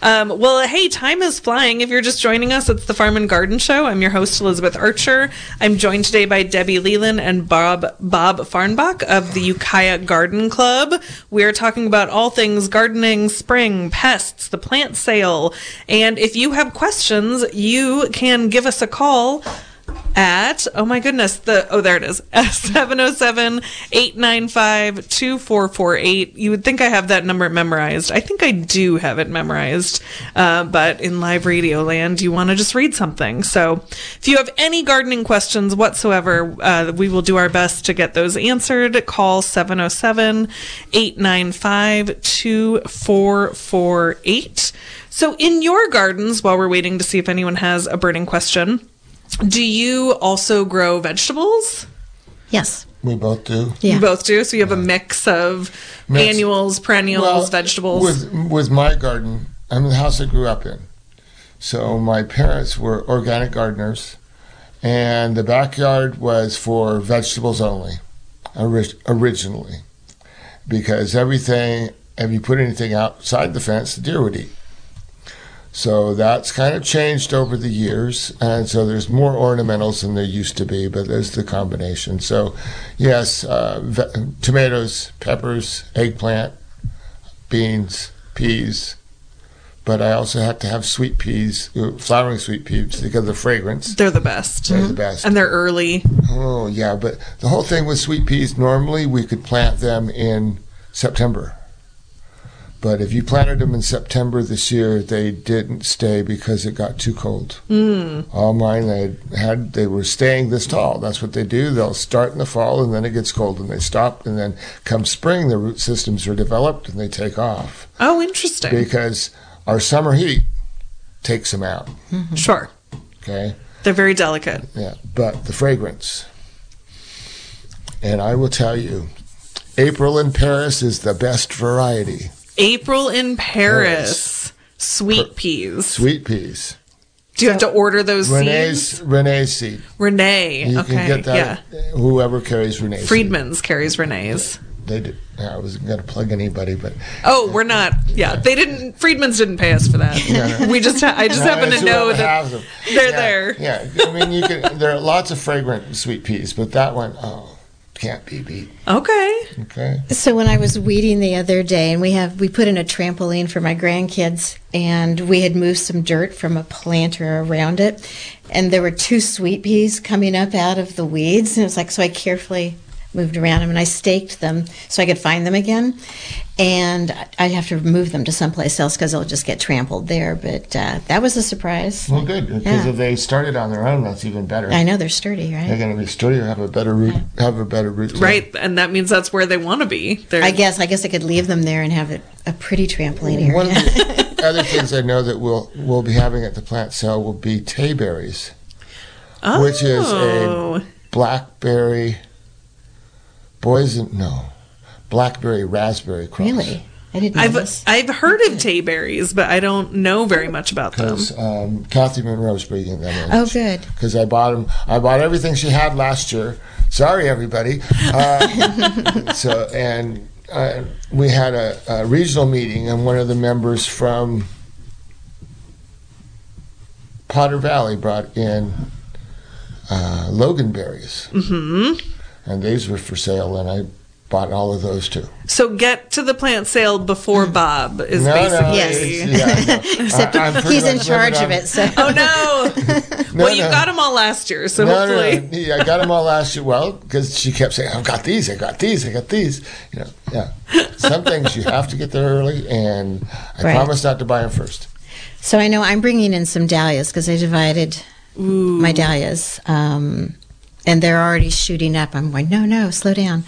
Speaker 1: Um, well, hey, time is flying. If you're just joining us, it's the Farm and Garden Show. I'm your host, Elizabeth Archer. I'm joined today by Debbie Leland and Bob Bob Farnbach of the Ukiah Garden Club. We are talking about all things gardening, spring, pests, the plant sale, and if you have questions, you can give us a call at oh my goodness the oh there it is 707-895-2448 you would think i have that number memorized i think i do have it memorized uh, but in live radio land you want to just read something so if you have any gardening questions whatsoever uh, we will do our best to get those answered call oh 707-895-2448 so in your gardens while we're waiting to see if anyone has a burning question do you also grow vegetables?
Speaker 2: Yes.
Speaker 3: We both do.
Speaker 2: Yeah.
Speaker 1: You both do. So you have a mix of
Speaker 3: Mix.
Speaker 1: annuals, perennials, vegetables.
Speaker 3: With with my garden, I'm in the house I grew up in. So my parents were organic gardeners, and the backyard was for vegetables only, ori- originally, because everything if you put anything outside the fence, the deer would eat. So that's kind of changed over the years, and so there's more ornamentals than there used to be, but there's the combination. So, yes, uh, ve- tomatoes, peppers, eggplant, beans, peas, but I also have to have sweet peas, uh, flowering sweet peas, because of the fragrance.
Speaker 1: They're the best.
Speaker 3: They're the best.
Speaker 1: Mm-hmm. And they're early.
Speaker 3: Oh yeah, but the whole thing with sweet peas, normally we could plant them in September. But if you planted them in September this year, they didn't stay because it got too cold. Mm. All mine they had they were staying this tall. That's what they do. They'll start in the fall and then it gets cold and they stop and then come spring the root systems are developed and they take off
Speaker 1: Oh, interesting.
Speaker 3: because our summer heat takes them out,
Speaker 1: Sure.
Speaker 3: okay?
Speaker 1: They're very delicate.
Speaker 3: Yeah, but the fragrance. And I will tell you, April in Paris is the best variety.
Speaker 1: April in Paris. Sweet peas.
Speaker 3: Sweet peas.
Speaker 1: Do you have to order those seeds?
Speaker 3: Renee's Renee's seed.
Speaker 1: Renee.
Speaker 3: You
Speaker 1: okay.
Speaker 3: can get that. Whoever carries
Speaker 1: yeah.
Speaker 3: Renee's. seed.
Speaker 1: Friedman's carries Renee's.
Speaker 3: They did. I wasn't going to plug anybody, but
Speaker 1: Oh, we're not. Yeah, they didn't. Friedman's didn't pay us for that. We just. Ha- I just happen
Speaker 3: it's
Speaker 1: to know
Speaker 3: whoever
Speaker 1: that
Speaker 3: has them.
Speaker 1: they're
Speaker 3: Yeah,
Speaker 1: there.
Speaker 3: Yeah, I mean, you can. There are lots of fragrant sweet peas, but that one, oh, can't be beat.
Speaker 1: Okay.
Speaker 3: Okay.
Speaker 2: So when I was weeding the other day, and we have we put in a trampoline for my grandkids, and we had moved some dirt from a planter around it, and there were two sweet peas coming up out of the weeds, and it was like so I carefully moved around them and I staked them so I could find them again, and I- I'd have to move them to someplace else because they'll just get trampled there. But uh, that was a surprise.
Speaker 3: Well, good because
Speaker 2: Yeah.
Speaker 3: if they started on their own, that's even better.
Speaker 2: I know they're sturdy, right?
Speaker 3: They're going to be sturdier, have a better root, have a better root. system.
Speaker 1: Right, and that means that's where they want to be. They're,
Speaker 2: I guess I guess I could leave them there and have it, a pretty trampoline
Speaker 3: One of
Speaker 2: area.
Speaker 3: the other things I know that we'll we'll be having at the plant sale will be tay berries,
Speaker 1: oh.
Speaker 3: which is a blackberry, poison no, blackberry raspberry cross.
Speaker 2: Really, I didn't. know
Speaker 1: I've
Speaker 2: this.
Speaker 1: I've heard of tayberries, but I don't know very much about them.
Speaker 3: Because um, Kathy Monroe's bringing them in.
Speaker 2: Oh, good.
Speaker 3: Because I bought 'em- I bought everything she had last year. Sorry, everybody. Uh, so and uh, we had a, a regional meeting, and one of the members from Potter Valley brought in uh, Loganberries,
Speaker 1: hmm
Speaker 3: and these were for sale, and I bought all of those too.
Speaker 1: So get to the plant sale before Bob is
Speaker 3: No, no,
Speaker 1: basically.
Speaker 2: Yes.
Speaker 3: it's- yeah, I know.
Speaker 2: Except
Speaker 3: I- I'm pretty
Speaker 2: he's in
Speaker 3: much
Speaker 2: charge
Speaker 3: living
Speaker 2: of
Speaker 3: on-
Speaker 2: it, so
Speaker 1: Oh no!
Speaker 3: No,
Speaker 1: well, you
Speaker 3: no.
Speaker 1: got them all last year, so
Speaker 3: No, no,
Speaker 1: hopefully.
Speaker 3: no. Yeah, I got them all last year. Well, because she kept saying, "I've got these, I got these, I got these." You know, yeah. Some things you have to get there early, and I
Speaker 2: Right.
Speaker 3: promise not to buy them first.
Speaker 2: so I know I'm bringing in some dahlias because I divided my dahlias, um, and they're already shooting up. I'm going, no, no, slow down.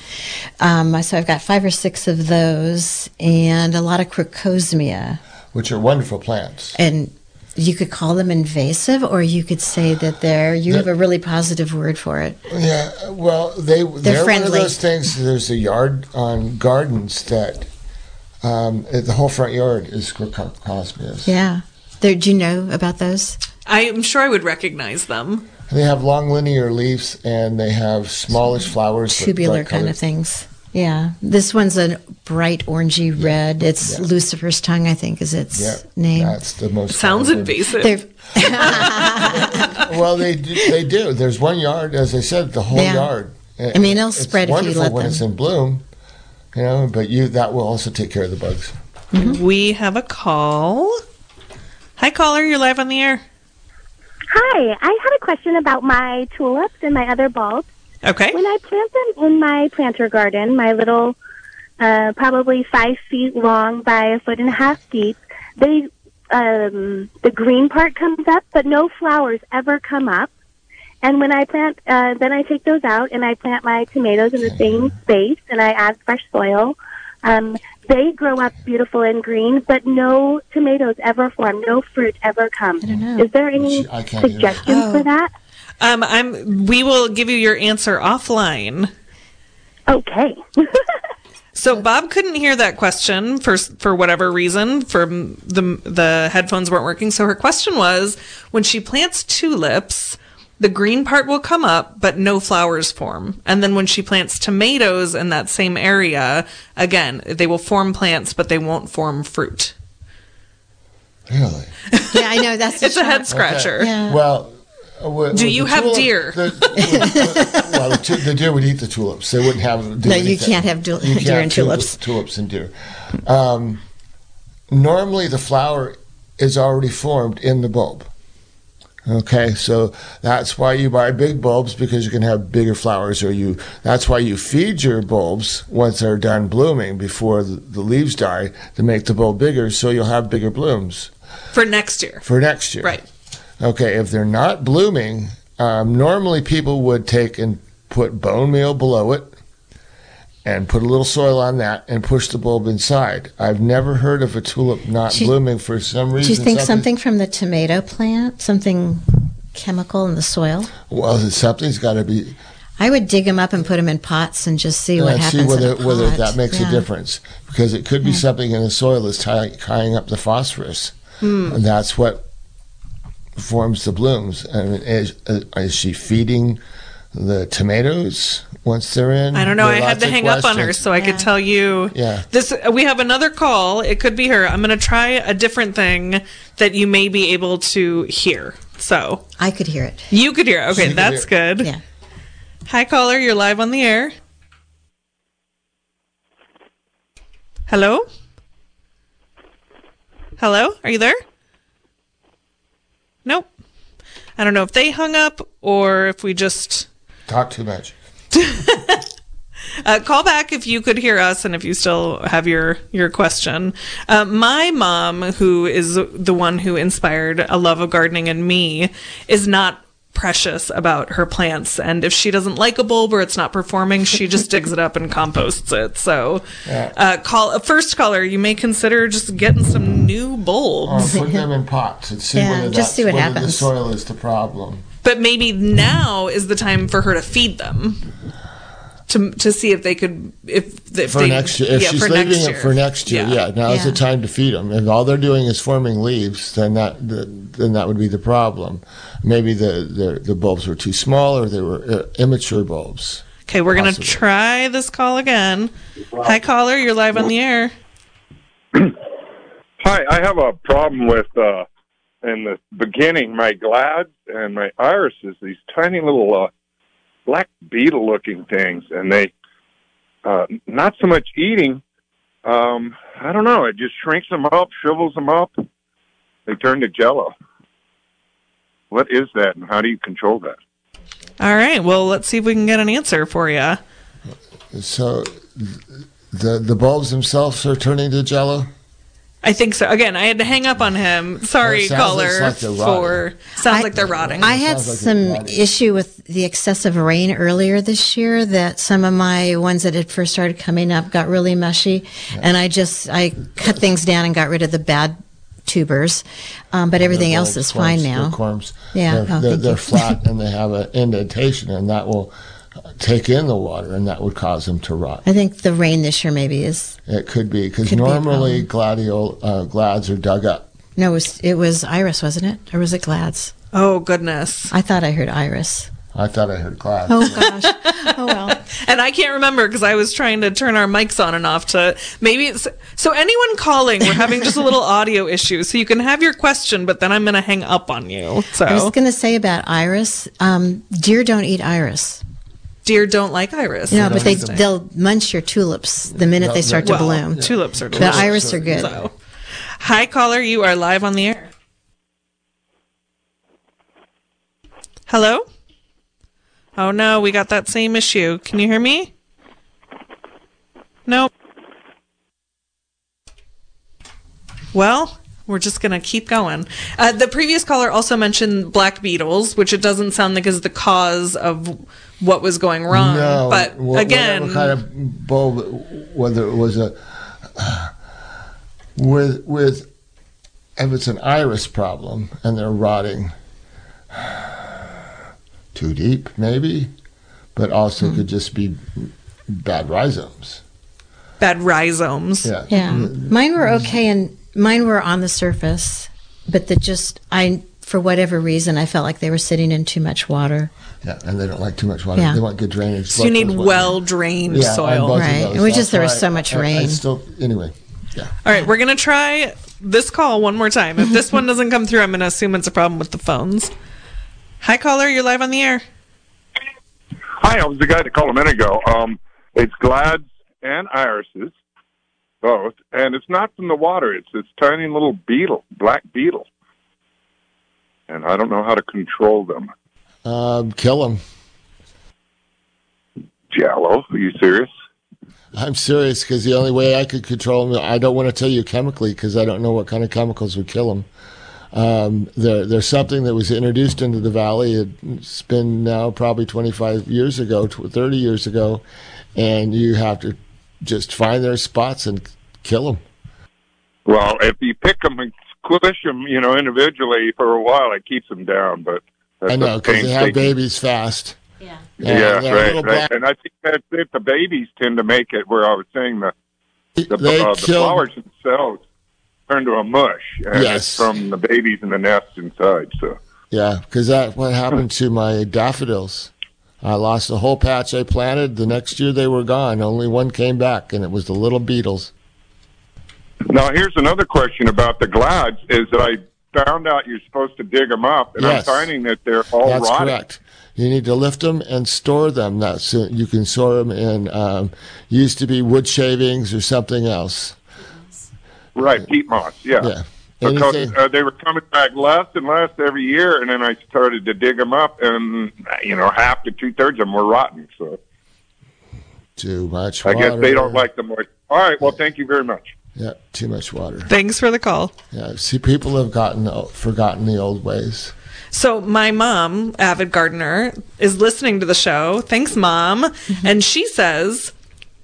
Speaker 2: Um, so I've got five or six of those, and a lot of crocosmia,
Speaker 3: Which are wonderful plants.
Speaker 2: and you could call them invasive, or you could say that they're. You have a really positive word for it.
Speaker 3: Yeah. Well, they they're, one of
Speaker 2: friendly.
Speaker 3: those things. There's a yard on gardens that um, the whole front yard is crocosmias.
Speaker 2: Yeah. There, do you know about those?
Speaker 1: I am sure I would recognize them.
Speaker 3: They have long linear leaves and they have smallish flowers. but
Speaker 2: tubular
Speaker 3: bright
Speaker 2: kind of
Speaker 3: colored.
Speaker 2: things. Yeah, this one's a bright orangey red. It's
Speaker 3: yeah.
Speaker 2: Lucifer's tongue, I think, is its
Speaker 3: Yeah,
Speaker 2: name.
Speaker 3: that's the most.
Speaker 1: Sounds
Speaker 3: common.
Speaker 1: invasive.
Speaker 2: They're-
Speaker 3: Well, they do, they do. There's one yard, as I said, the whole
Speaker 2: Yeah.
Speaker 3: yard.
Speaker 2: I mean, it'll
Speaker 3: It's
Speaker 2: spread if you
Speaker 3: wonderful
Speaker 2: let
Speaker 3: when
Speaker 2: them.
Speaker 3: it's in bloom, you know. But you that will also take care of the bugs. Mm-hmm.
Speaker 1: We have a call. Hi, caller. You're live on the air.
Speaker 4: Hi, I had a question about my tulips and my other bulbs.
Speaker 1: Okay.
Speaker 4: When I plant them in my planter garden, my little, uh, probably five feet long by a foot and a half deep, they, um, the green part comes up, but no flowers ever come up. And when I plant, uh, then I take those out and I plant my tomatoes in the same space and I add fresh soil. Um, they grow up beautiful and green, but no tomatoes ever form, no fruit ever come.
Speaker 2: I don't know.
Speaker 4: Is there any
Speaker 3: She- I can't hear that.
Speaker 4: suggestions
Speaker 2: Oh.
Speaker 4: for that?
Speaker 1: Um, I'm. We will give you your answer offline.
Speaker 4: Okay.
Speaker 1: So Bob couldn't hear that question for for whatever reason. From the the headphones weren't working. So her question was: when she plants tulips, the green part will come up, but no flowers form. And then when she plants tomatoes in that same area, again they will form plants, but they won't form fruit.
Speaker 3: Really?
Speaker 2: yeah, I know. That's the
Speaker 1: It's a head
Speaker 2: shot.
Speaker 1: scratcher.
Speaker 2: Yeah.
Speaker 3: Well. uh, with-
Speaker 1: Do
Speaker 3: with
Speaker 1: you
Speaker 3: the
Speaker 1: have
Speaker 3: tulip-
Speaker 1: deer?
Speaker 3: The, with- well, the, tu- the deer would eat the tulips. They wouldn't have. do
Speaker 2: No, you
Speaker 3: anything.
Speaker 2: can't have du-
Speaker 3: You
Speaker 2: deer
Speaker 3: can't
Speaker 2: and
Speaker 3: tu-
Speaker 2: tulips.
Speaker 3: Tulips and deer. Um, normally, the flower is already formed in the bulb. Okay, so that's why you buy big bulbs because you can have bigger flowers, or you. That's why you feed your bulbs once they're done blooming before the, the leaves die to make the bulb bigger, so you'll have bigger blooms
Speaker 1: for next year.
Speaker 3: for next year.
Speaker 1: Right.
Speaker 3: Okay, if they're not blooming, um, normally people would take and put bone meal below it and put a little soil on that and push the bulb inside. I've never heard of a tulip not
Speaker 2: Do you-
Speaker 3: blooming for some
Speaker 2: Do
Speaker 3: reason.
Speaker 2: you think something from the tomato plant, something chemical in the soil?
Speaker 3: Well, something's got to be.
Speaker 2: I would dig them up and put them in pots and just see what
Speaker 3: and
Speaker 2: happens.
Speaker 3: see whether
Speaker 2: in a
Speaker 3: whether
Speaker 2: pot.
Speaker 3: that makes
Speaker 2: Yeah.
Speaker 3: a difference because it could be something in the soil that's tie, tying up the phosphorus,
Speaker 2: Hmm.
Speaker 3: and that's what forms the blooms. I mean, is, uh, is she feeding the tomatoes once they're in?
Speaker 1: I don't know.
Speaker 3: There are
Speaker 1: I had
Speaker 3: lots
Speaker 1: to
Speaker 3: of
Speaker 1: hang up on her
Speaker 3: questions.
Speaker 1: so I could tell you.
Speaker 3: Yeah.
Speaker 1: This we have another call. It could be her. I'm going to try a different thing that you may be able to hear. So
Speaker 2: I could hear it.
Speaker 1: you could hear. Okay,
Speaker 3: could
Speaker 1: that's good.
Speaker 2: Yeah.
Speaker 1: Hi caller, you're live on the air. Hello. Hello, are you there? Nope. I don't know if they hung up or if we just
Speaker 3: Talk too much.
Speaker 1: Uh, call back if you could hear us and if you still have your your question. Uh, my mom, who is the one who inspired a love of gardening in me, is not precious about her plants and if she doesn't like a bulb or it's not performing she just digs it up and composts it so uh call first caller you may consider just getting some new
Speaker 3: Or
Speaker 1: bulbs
Speaker 3: put them in pots and see
Speaker 2: Yeah,
Speaker 3: whether
Speaker 2: just
Speaker 3: that's-
Speaker 2: see what
Speaker 3: whether the
Speaker 2: happens.
Speaker 3: soil is the problem.
Speaker 1: but maybe now is the time for her to feed them to to see if they could if if
Speaker 3: for
Speaker 1: they,
Speaker 3: next year. If
Speaker 1: yeah,
Speaker 3: she's
Speaker 1: for
Speaker 3: leaving
Speaker 1: next
Speaker 3: it
Speaker 1: year.
Speaker 3: for next year, yeah, now's the
Speaker 2: Yeah.
Speaker 3: time to feed them. If all they're doing is forming leaves, then that the, then that would be the problem. Maybe the, the the bulbs were too small, or they were uh, immature bulbs.
Speaker 1: Okay, we're going to
Speaker 3: Possibly.
Speaker 1: try this call again. Hi, caller. You're live on the air.
Speaker 5: Hi, I have a problem with uh, in the beginning my glads and my irises, these tiny little uh, black beetle-looking things, and they uh, not so much eating. Um, I don't know. It just shrinks them up, shrivels them up. They turn to jello. What is that, and how do you control that?
Speaker 1: All right. Well, let's see if we can get an answer for you.
Speaker 3: So th- the the bulbs themselves are turning to jello.
Speaker 1: I think so. Again, I had to hang up on him. Sorry,
Speaker 3: Well, it
Speaker 1: caller.
Speaker 3: sounds like they're rotting.
Speaker 1: for sounds like they're rotting.
Speaker 2: I had
Speaker 3: sounds like it's
Speaker 2: some
Speaker 3: rotting.
Speaker 2: issue with the excessive rain earlier this year that some of my ones that had first started coming up got really mushy, and I just I cut things down and got rid of the bad tubers, um, but everything else
Speaker 3: bulbs,
Speaker 2: is fine
Speaker 3: corms,
Speaker 2: now.
Speaker 3: they're corms.
Speaker 2: Yeah,
Speaker 3: they're,
Speaker 2: oh,
Speaker 3: they're,
Speaker 2: thank
Speaker 3: they're
Speaker 2: you.
Speaker 3: flat and they have an indentation, and that will uh, take in the water, and that would cause them to rot.
Speaker 2: I think the rain this year maybe is
Speaker 3: It could be because
Speaker 2: Could be a
Speaker 3: normally gladiol uh, glads are dug up.
Speaker 2: no, it was, it was iris, wasn't it, or was it glads?
Speaker 1: oh goodness!
Speaker 2: I thought I heard iris.
Speaker 3: I thought I heard glads.
Speaker 2: Oh gosh. oh well.
Speaker 1: And I can't remember because I was trying to turn our mics on and off to maybe. It's, so anyone calling, we're having just a little audio issue. So you can have your question, but then I'm going to hang up on you.
Speaker 2: I was
Speaker 1: So
Speaker 2: going to say about iris. Um, deer don't eat iris.
Speaker 1: deer don't like iris.
Speaker 2: No, but they
Speaker 3: eat them.
Speaker 2: they'll munch your tulips the minute
Speaker 3: No,
Speaker 2: they start
Speaker 3: no.
Speaker 2: to
Speaker 1: well,
Speaker 2: bloom.
Speaker 1: tulips are
Speaker 2: The
Speaker 1: delicious.
Speaker 2: iris are good.
Speaker 1: So, hi caller, you are live on the air. Hello? Oh no, we got that same issue. Can you hear me? Nope. Well, we're just going to keep going. Uh, the previous caller also mentioned black beetles, which it doesn't sound like is the cause of what was going wrong.
Speaker 3: No,
Speaker 1: but
Speaker 3: wha-
Speaker 1: again,
Speaker 3: whatever kind of bulb, whether it was a with with if it's an iris problem and they're rotting too deep, maybe, but also could
Speaker 2: Hmm.
Speaker 3: just be bad rhizomes.
Speaker 1: bad rhizomes.
Speaker 3: Yeah,
Speaker 2: Yeah.
Speaker 3: Mm.
Speaker 2: Mine were okay and mine were on the surface, but the just I for whatever reason I felt like they were sitting in too much water.
Speaker 3: yeah, and they don't like too much water.
Speaker 2: Yeah.
Speaker 3: They want good drainage.
Speaker 1: So you
Speaker 3: Both
Speaker 1: need
Speaker 3: those ones.
Speaker 1: well drained
Speaker 3: Yeah, on
Speaker 1: soil.
Speaker 3: both of
Speaker 2: Right.
Speaker 3: those.
Speaker 2: It was just
Speaker 3: That's
Speaker 2: there was
Speaker 3: why
Speaker 2: so much
Speaker 3: I- I- I
Speaker 2: rain.
Speaker 3: still, anyway, yeah.
Speaker 1: All right, we're gonna try this call one more time. If this one doesn't come through, I'm gonna assume it's a problem with the phones. Hi, caller, you're live on the air.
Speaker 5: Hi, I was the guy that called a minute ago. Um, it's glads and irises, both, and it's not from the water. It's this tiny little beetle, black beetle, and I don't know how to control them.
Speaker 3: Um, kill them.
Speaker 5: Jello, are you serious?
Speaker 3: I'm serious because the only way I could control them, I don't want to tell you chemically because I don't know what kind of chemicals would kill them. Um, there, there's something that was introduced into the valley. It's been now probably 25 years ago, tw- 30 years ago, and you have to just find their spots and kill them.
Speaker 5: Well, if you pick them and squish them, you know, individually for a while, it keeps them down. But that's
Speaker 3: I know
Speaker 5: a
Speaker 3: because they have
Speaker 5: painstaking-
Speaker 3: babies fast.
Speaker 2: Yeah.
Speaker 3: And
Speaker 5: Yeah,
Speaker 3: they're
Speaker 5: right,
Speaker 3: little
Speaker 5: right.
Speaker 3: black-
Speaker 5: And I think that's it. The babies tend to make it where I was saying the the,
Speaker 3: they
Speaker 5: uh, the
Speaker 3: kill-
Speaker 5: flowers themselves turn to a mush, and
Speaker 3: Yes.
Speaker 5: it's from the babies in the nest inside. So
Speaker 3: Yeah, because that what happened to my daffodils. I lost a whole patch I planted. The next year they were gone. Only one came back, and it was the little beetles.
Speaker 5: now here's another question about the glads: is that I found out you're supposed to dig them up, and
Speaker 3: Yes.
Speaker 5: I'm finding that they're all
Speaker 3: That's
Speaker 5: rotting.
Speaker 3: correct. You need to lift them and store them. That's you can store them in um, used to be wood shavings or something else.
Speaker 5: Right, peat moss. Yeah.
Speaker 3: Yeah.
Speaker 5: Because
Speaker 3: Anything-
Speaker 5: uh, they were coming back less and less every year, and then I started to dig them up, and you know, half to two thirds of them were rotten. So
Speaker 3: Too much.
Speaker 5: I
Speaker 3: Water.
Speaker 5: guess they don't like the moist. All right, well, thank you very much.
Speaker 3: Yeah, too much water.
Speaker 1: Thanks for the call.
Speaker 3: Yeah. See, people have gotten forgotten the old ways.
Speaker 1: So my mom, avid gardener, is listening to the show. Thanks, mom.
Speaker 3: Mm-hmm.
Speaker 1: And she says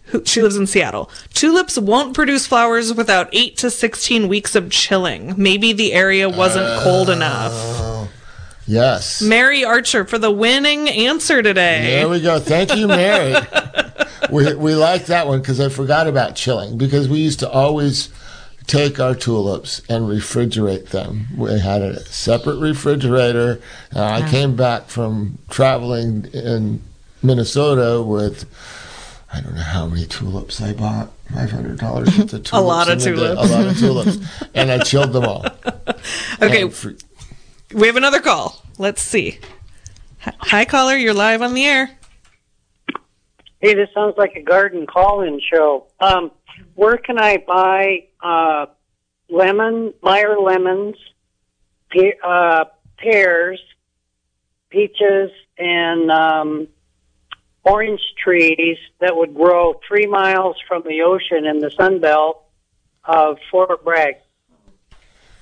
Speaker 1: who- she lives in Seattle. Tulips won't produce flowers without 8 to 16 weeks of chilling. Maybe the area wasn't
Speaker 3: Uh.
Speaker 1: cold enough.
Speaker 3: Yes.
Speaker 1: Mary Archer for the winning answer today.
Speaker 3: There we go. Thank you, Mary. we we like that one because I forgot about chilling because we used to always take our tulips and refrigerate them. We had a separate refrigerator. Uh, I came back from traveling in Minnesota with I don't know how many tulips I bought. Five hundred dollars worth of tulips.
Speaker 1: A lot of
Speaker 3: in the day-
Speaker 1: tulips.
Speaker 3: A lot of tulips, and I chilled them all.
Speaker 1: Okay.
Speaker 3: And fr-
Speaker 1: We have another call. Let's see. H- Hi caller, you're live on the air.
Speaker 6: Hey, this sounds like a garden call-in show. Um, where can I buy uh, lemon, Meyer lemons, pe- uh, pears, peaches, and um, orange trees that would grow three miles from the ocean in the Sun Belt of Fort Bragg?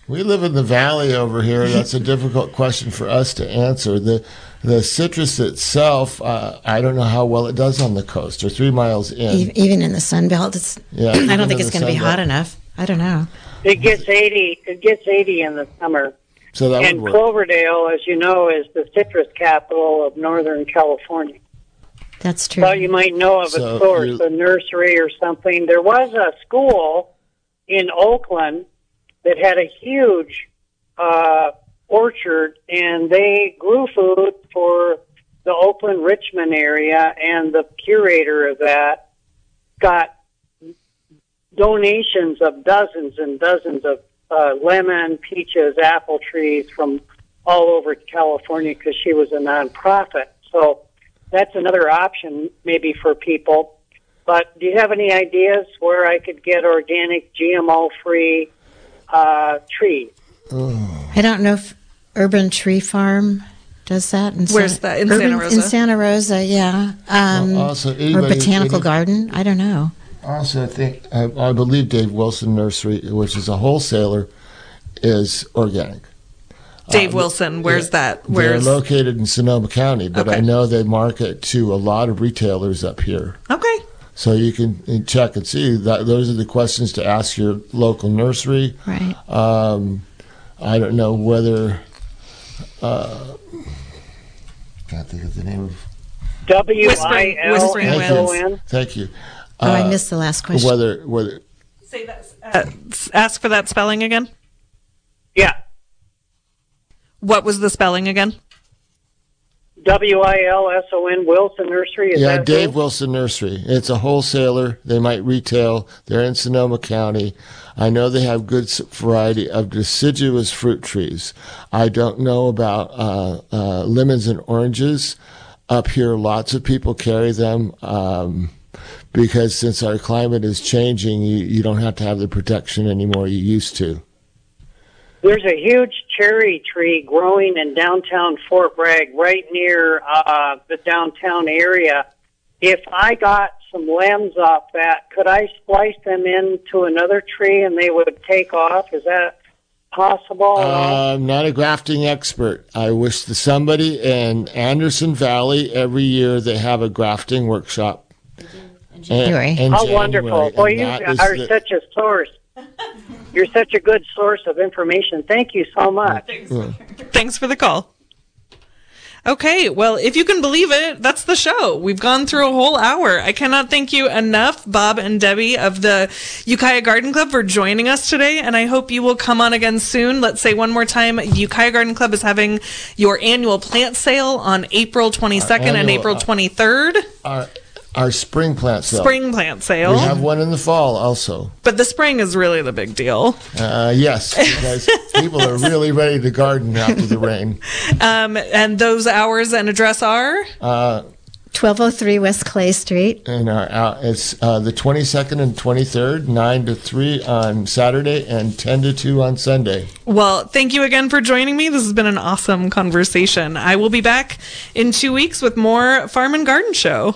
Speaker 3: We live in the valley over here. That's a difficult question for us to answer. The the citrus itself, uh, I don't know how well it does on the coast or three miles in.
Speaker 2: Even, even in the Sun Belt, it's,
Speaker 3: Yeah,
Speaker 2: I don't
Speaker 3: even
Speaker 2: think
Speaker 3: in
Speaker 2: it's
Speaker 3: the
Speaker 2: going to be
Speaker 3: Sun Belt.
Speaker 2: hot enough. I don't know.
Speaker 6: It gets eighty. It gets eighty in the summer.
Speaker 3: So that
Speaker 6: And
Speaker 3: would work.
Speaker 6: Cloverdale, as you know, is the citrus capital of Northern California.
Speaker 2: That's true.
Speaker 6: thought you might know of a
Speaker 3: So
Speaker 6: source,
Speaker 3: you-
Speaker 6: a nursery or something. There was a school in Oakland that had a huge uh, orchard, and they grew food for the Oakland Richmond area. And the curator of that got donations of dozens and dozens of uh, lemon, peaches, apple trees from all over California because she was a nonprofit. So that's another option maybe for people. But do you have any ideas where I could get organic, GMO-free uh, trees?
Speaker 2: I don't know if Urban Tree Farm does that. In
Speaker 1: Where's
Speaker 2: San-
Speaker 1: that? In
Speaker 2: Urban-
Speaker 1: Santa
Speaker 2: In
Speaker 1: Rosa?
Speaker 2: Santa Rosa, yeah. Um,
Speaker 3: Well, also,
Speaker 2: or
Speaker 3: anybody-
Speaker 2: Botanical
Speaker 3: any-
Speaker 2: Garden. I don't know.
Speaker 3: Also, I think uh, I, I believe Dave Wilson Nursery, which is a wholesaler, is organic.
Speaker 1: Dave Wilson, where's that?
Speaker 3: They're
Speaker 1: Where's
Speaker 3: located in Sonoma County, but I
Speaker 1: Okay.
Speaker 3: know they market to a lot of retailers up here.
Speaker 1: Okay.
Speaker 3: So you can check and see that those are the questions to ask your local nursery.
Speaker 2: Right. Oh,
Speaker 3: Um, I don't know whether. Uh, can't think of the name of.
Speaker 6: W I
Speaker 1: Whispering-
Speaker 6: L
Speaker 1: whispering
Speaker 6: M
Speaker 3: Thank
Speaker 6: O
Speaker 1: winds.
Speaker 3: you.
Speaker 6: N.
Speaker 3: Thank you.
Speaker 2: oh, I
Speaker 3: Uh,
Speaker 2: missed the last question.
Speaker 3: Whether whether
Speaker 1: Say that uh, s- ask for that spelling again.
Speaker 6: Yeah,
Speaker 1: What was the spelling again?
Speaker 6: W I L S O N Wilson Nursery. Is
Speaker 3: yeah,
Speaker 6: that
Speaker 3: Dave Wilson Nursery. It's a wholesaler. They might retail. They're in Sonoma County. I know they have good s- variety of deciduous fruit trees. I don't know about uh, uh, lemons and oranges. Up here, lots of people carry them. Um, because since our climate is changing, you, you don't have to have the protection anymore you used to.
Speaker 6: There's a huge cherry tree growing in downtown Fort Bragg, right near uh, the downtown area. If I got some limbs off that, could I splice them into another tree and they would take off? Is that possible?
Speaker 3: Uh, I'm not a grafting expert. I wish the somebody in Anderson Valley every year they have a grafting workshop. In
Speaker 2: January.
Speaker 3: in
Speaker 6: How
Speaker 3: January,
Speaker 6: wonderful!
Speaker 3: and
Speaker 6: Well, you
Speaker 3: that is
Speaker 6: are
Speaker 3: the-
Speaker 6: such a source. You're such a good source of information. Thank you so much.
Speaker 1: Thanks for the call. Okay, well, if you can believe it, that's the show. We've gone through a whole hour. I cannot thank you enough, Bob and Debbie of the Ukiah Garden Club, for joining us today. And I hope you will come on again soon. Let's say one more time Ukiah Garden Club is having your annual plant sale on April 22nd and
Speaker 3: Uh, annual,
Speaker 1: April
Speaker 3: uh,
Speaker 1: 23rd.
Speaker 3: our, our spring plant sale.
Speaker 1: spring plant
Speaker 3: We
Speaker 1: sale.
Speaker 3: have one in the fall also.
Speaker 1: but the spring is really the big deal.
Speaker 3: Uh, yes, because people are really ready to garden after the rain.
Speaker 1: Um, and those hours and address are.
Speaker 3: Uh,
Speaker 2: 1203 West Clay Street.
Speaker 3: and our, uh, it's uh, the 22nd and 23rd, 9 to 3 on Saturday and 10 to 2 on Sunday.
Speaker 1: Well, thank you again for joining me. This has been an awesome conversation. I will be back in two weeks with more Farm and Garden Show.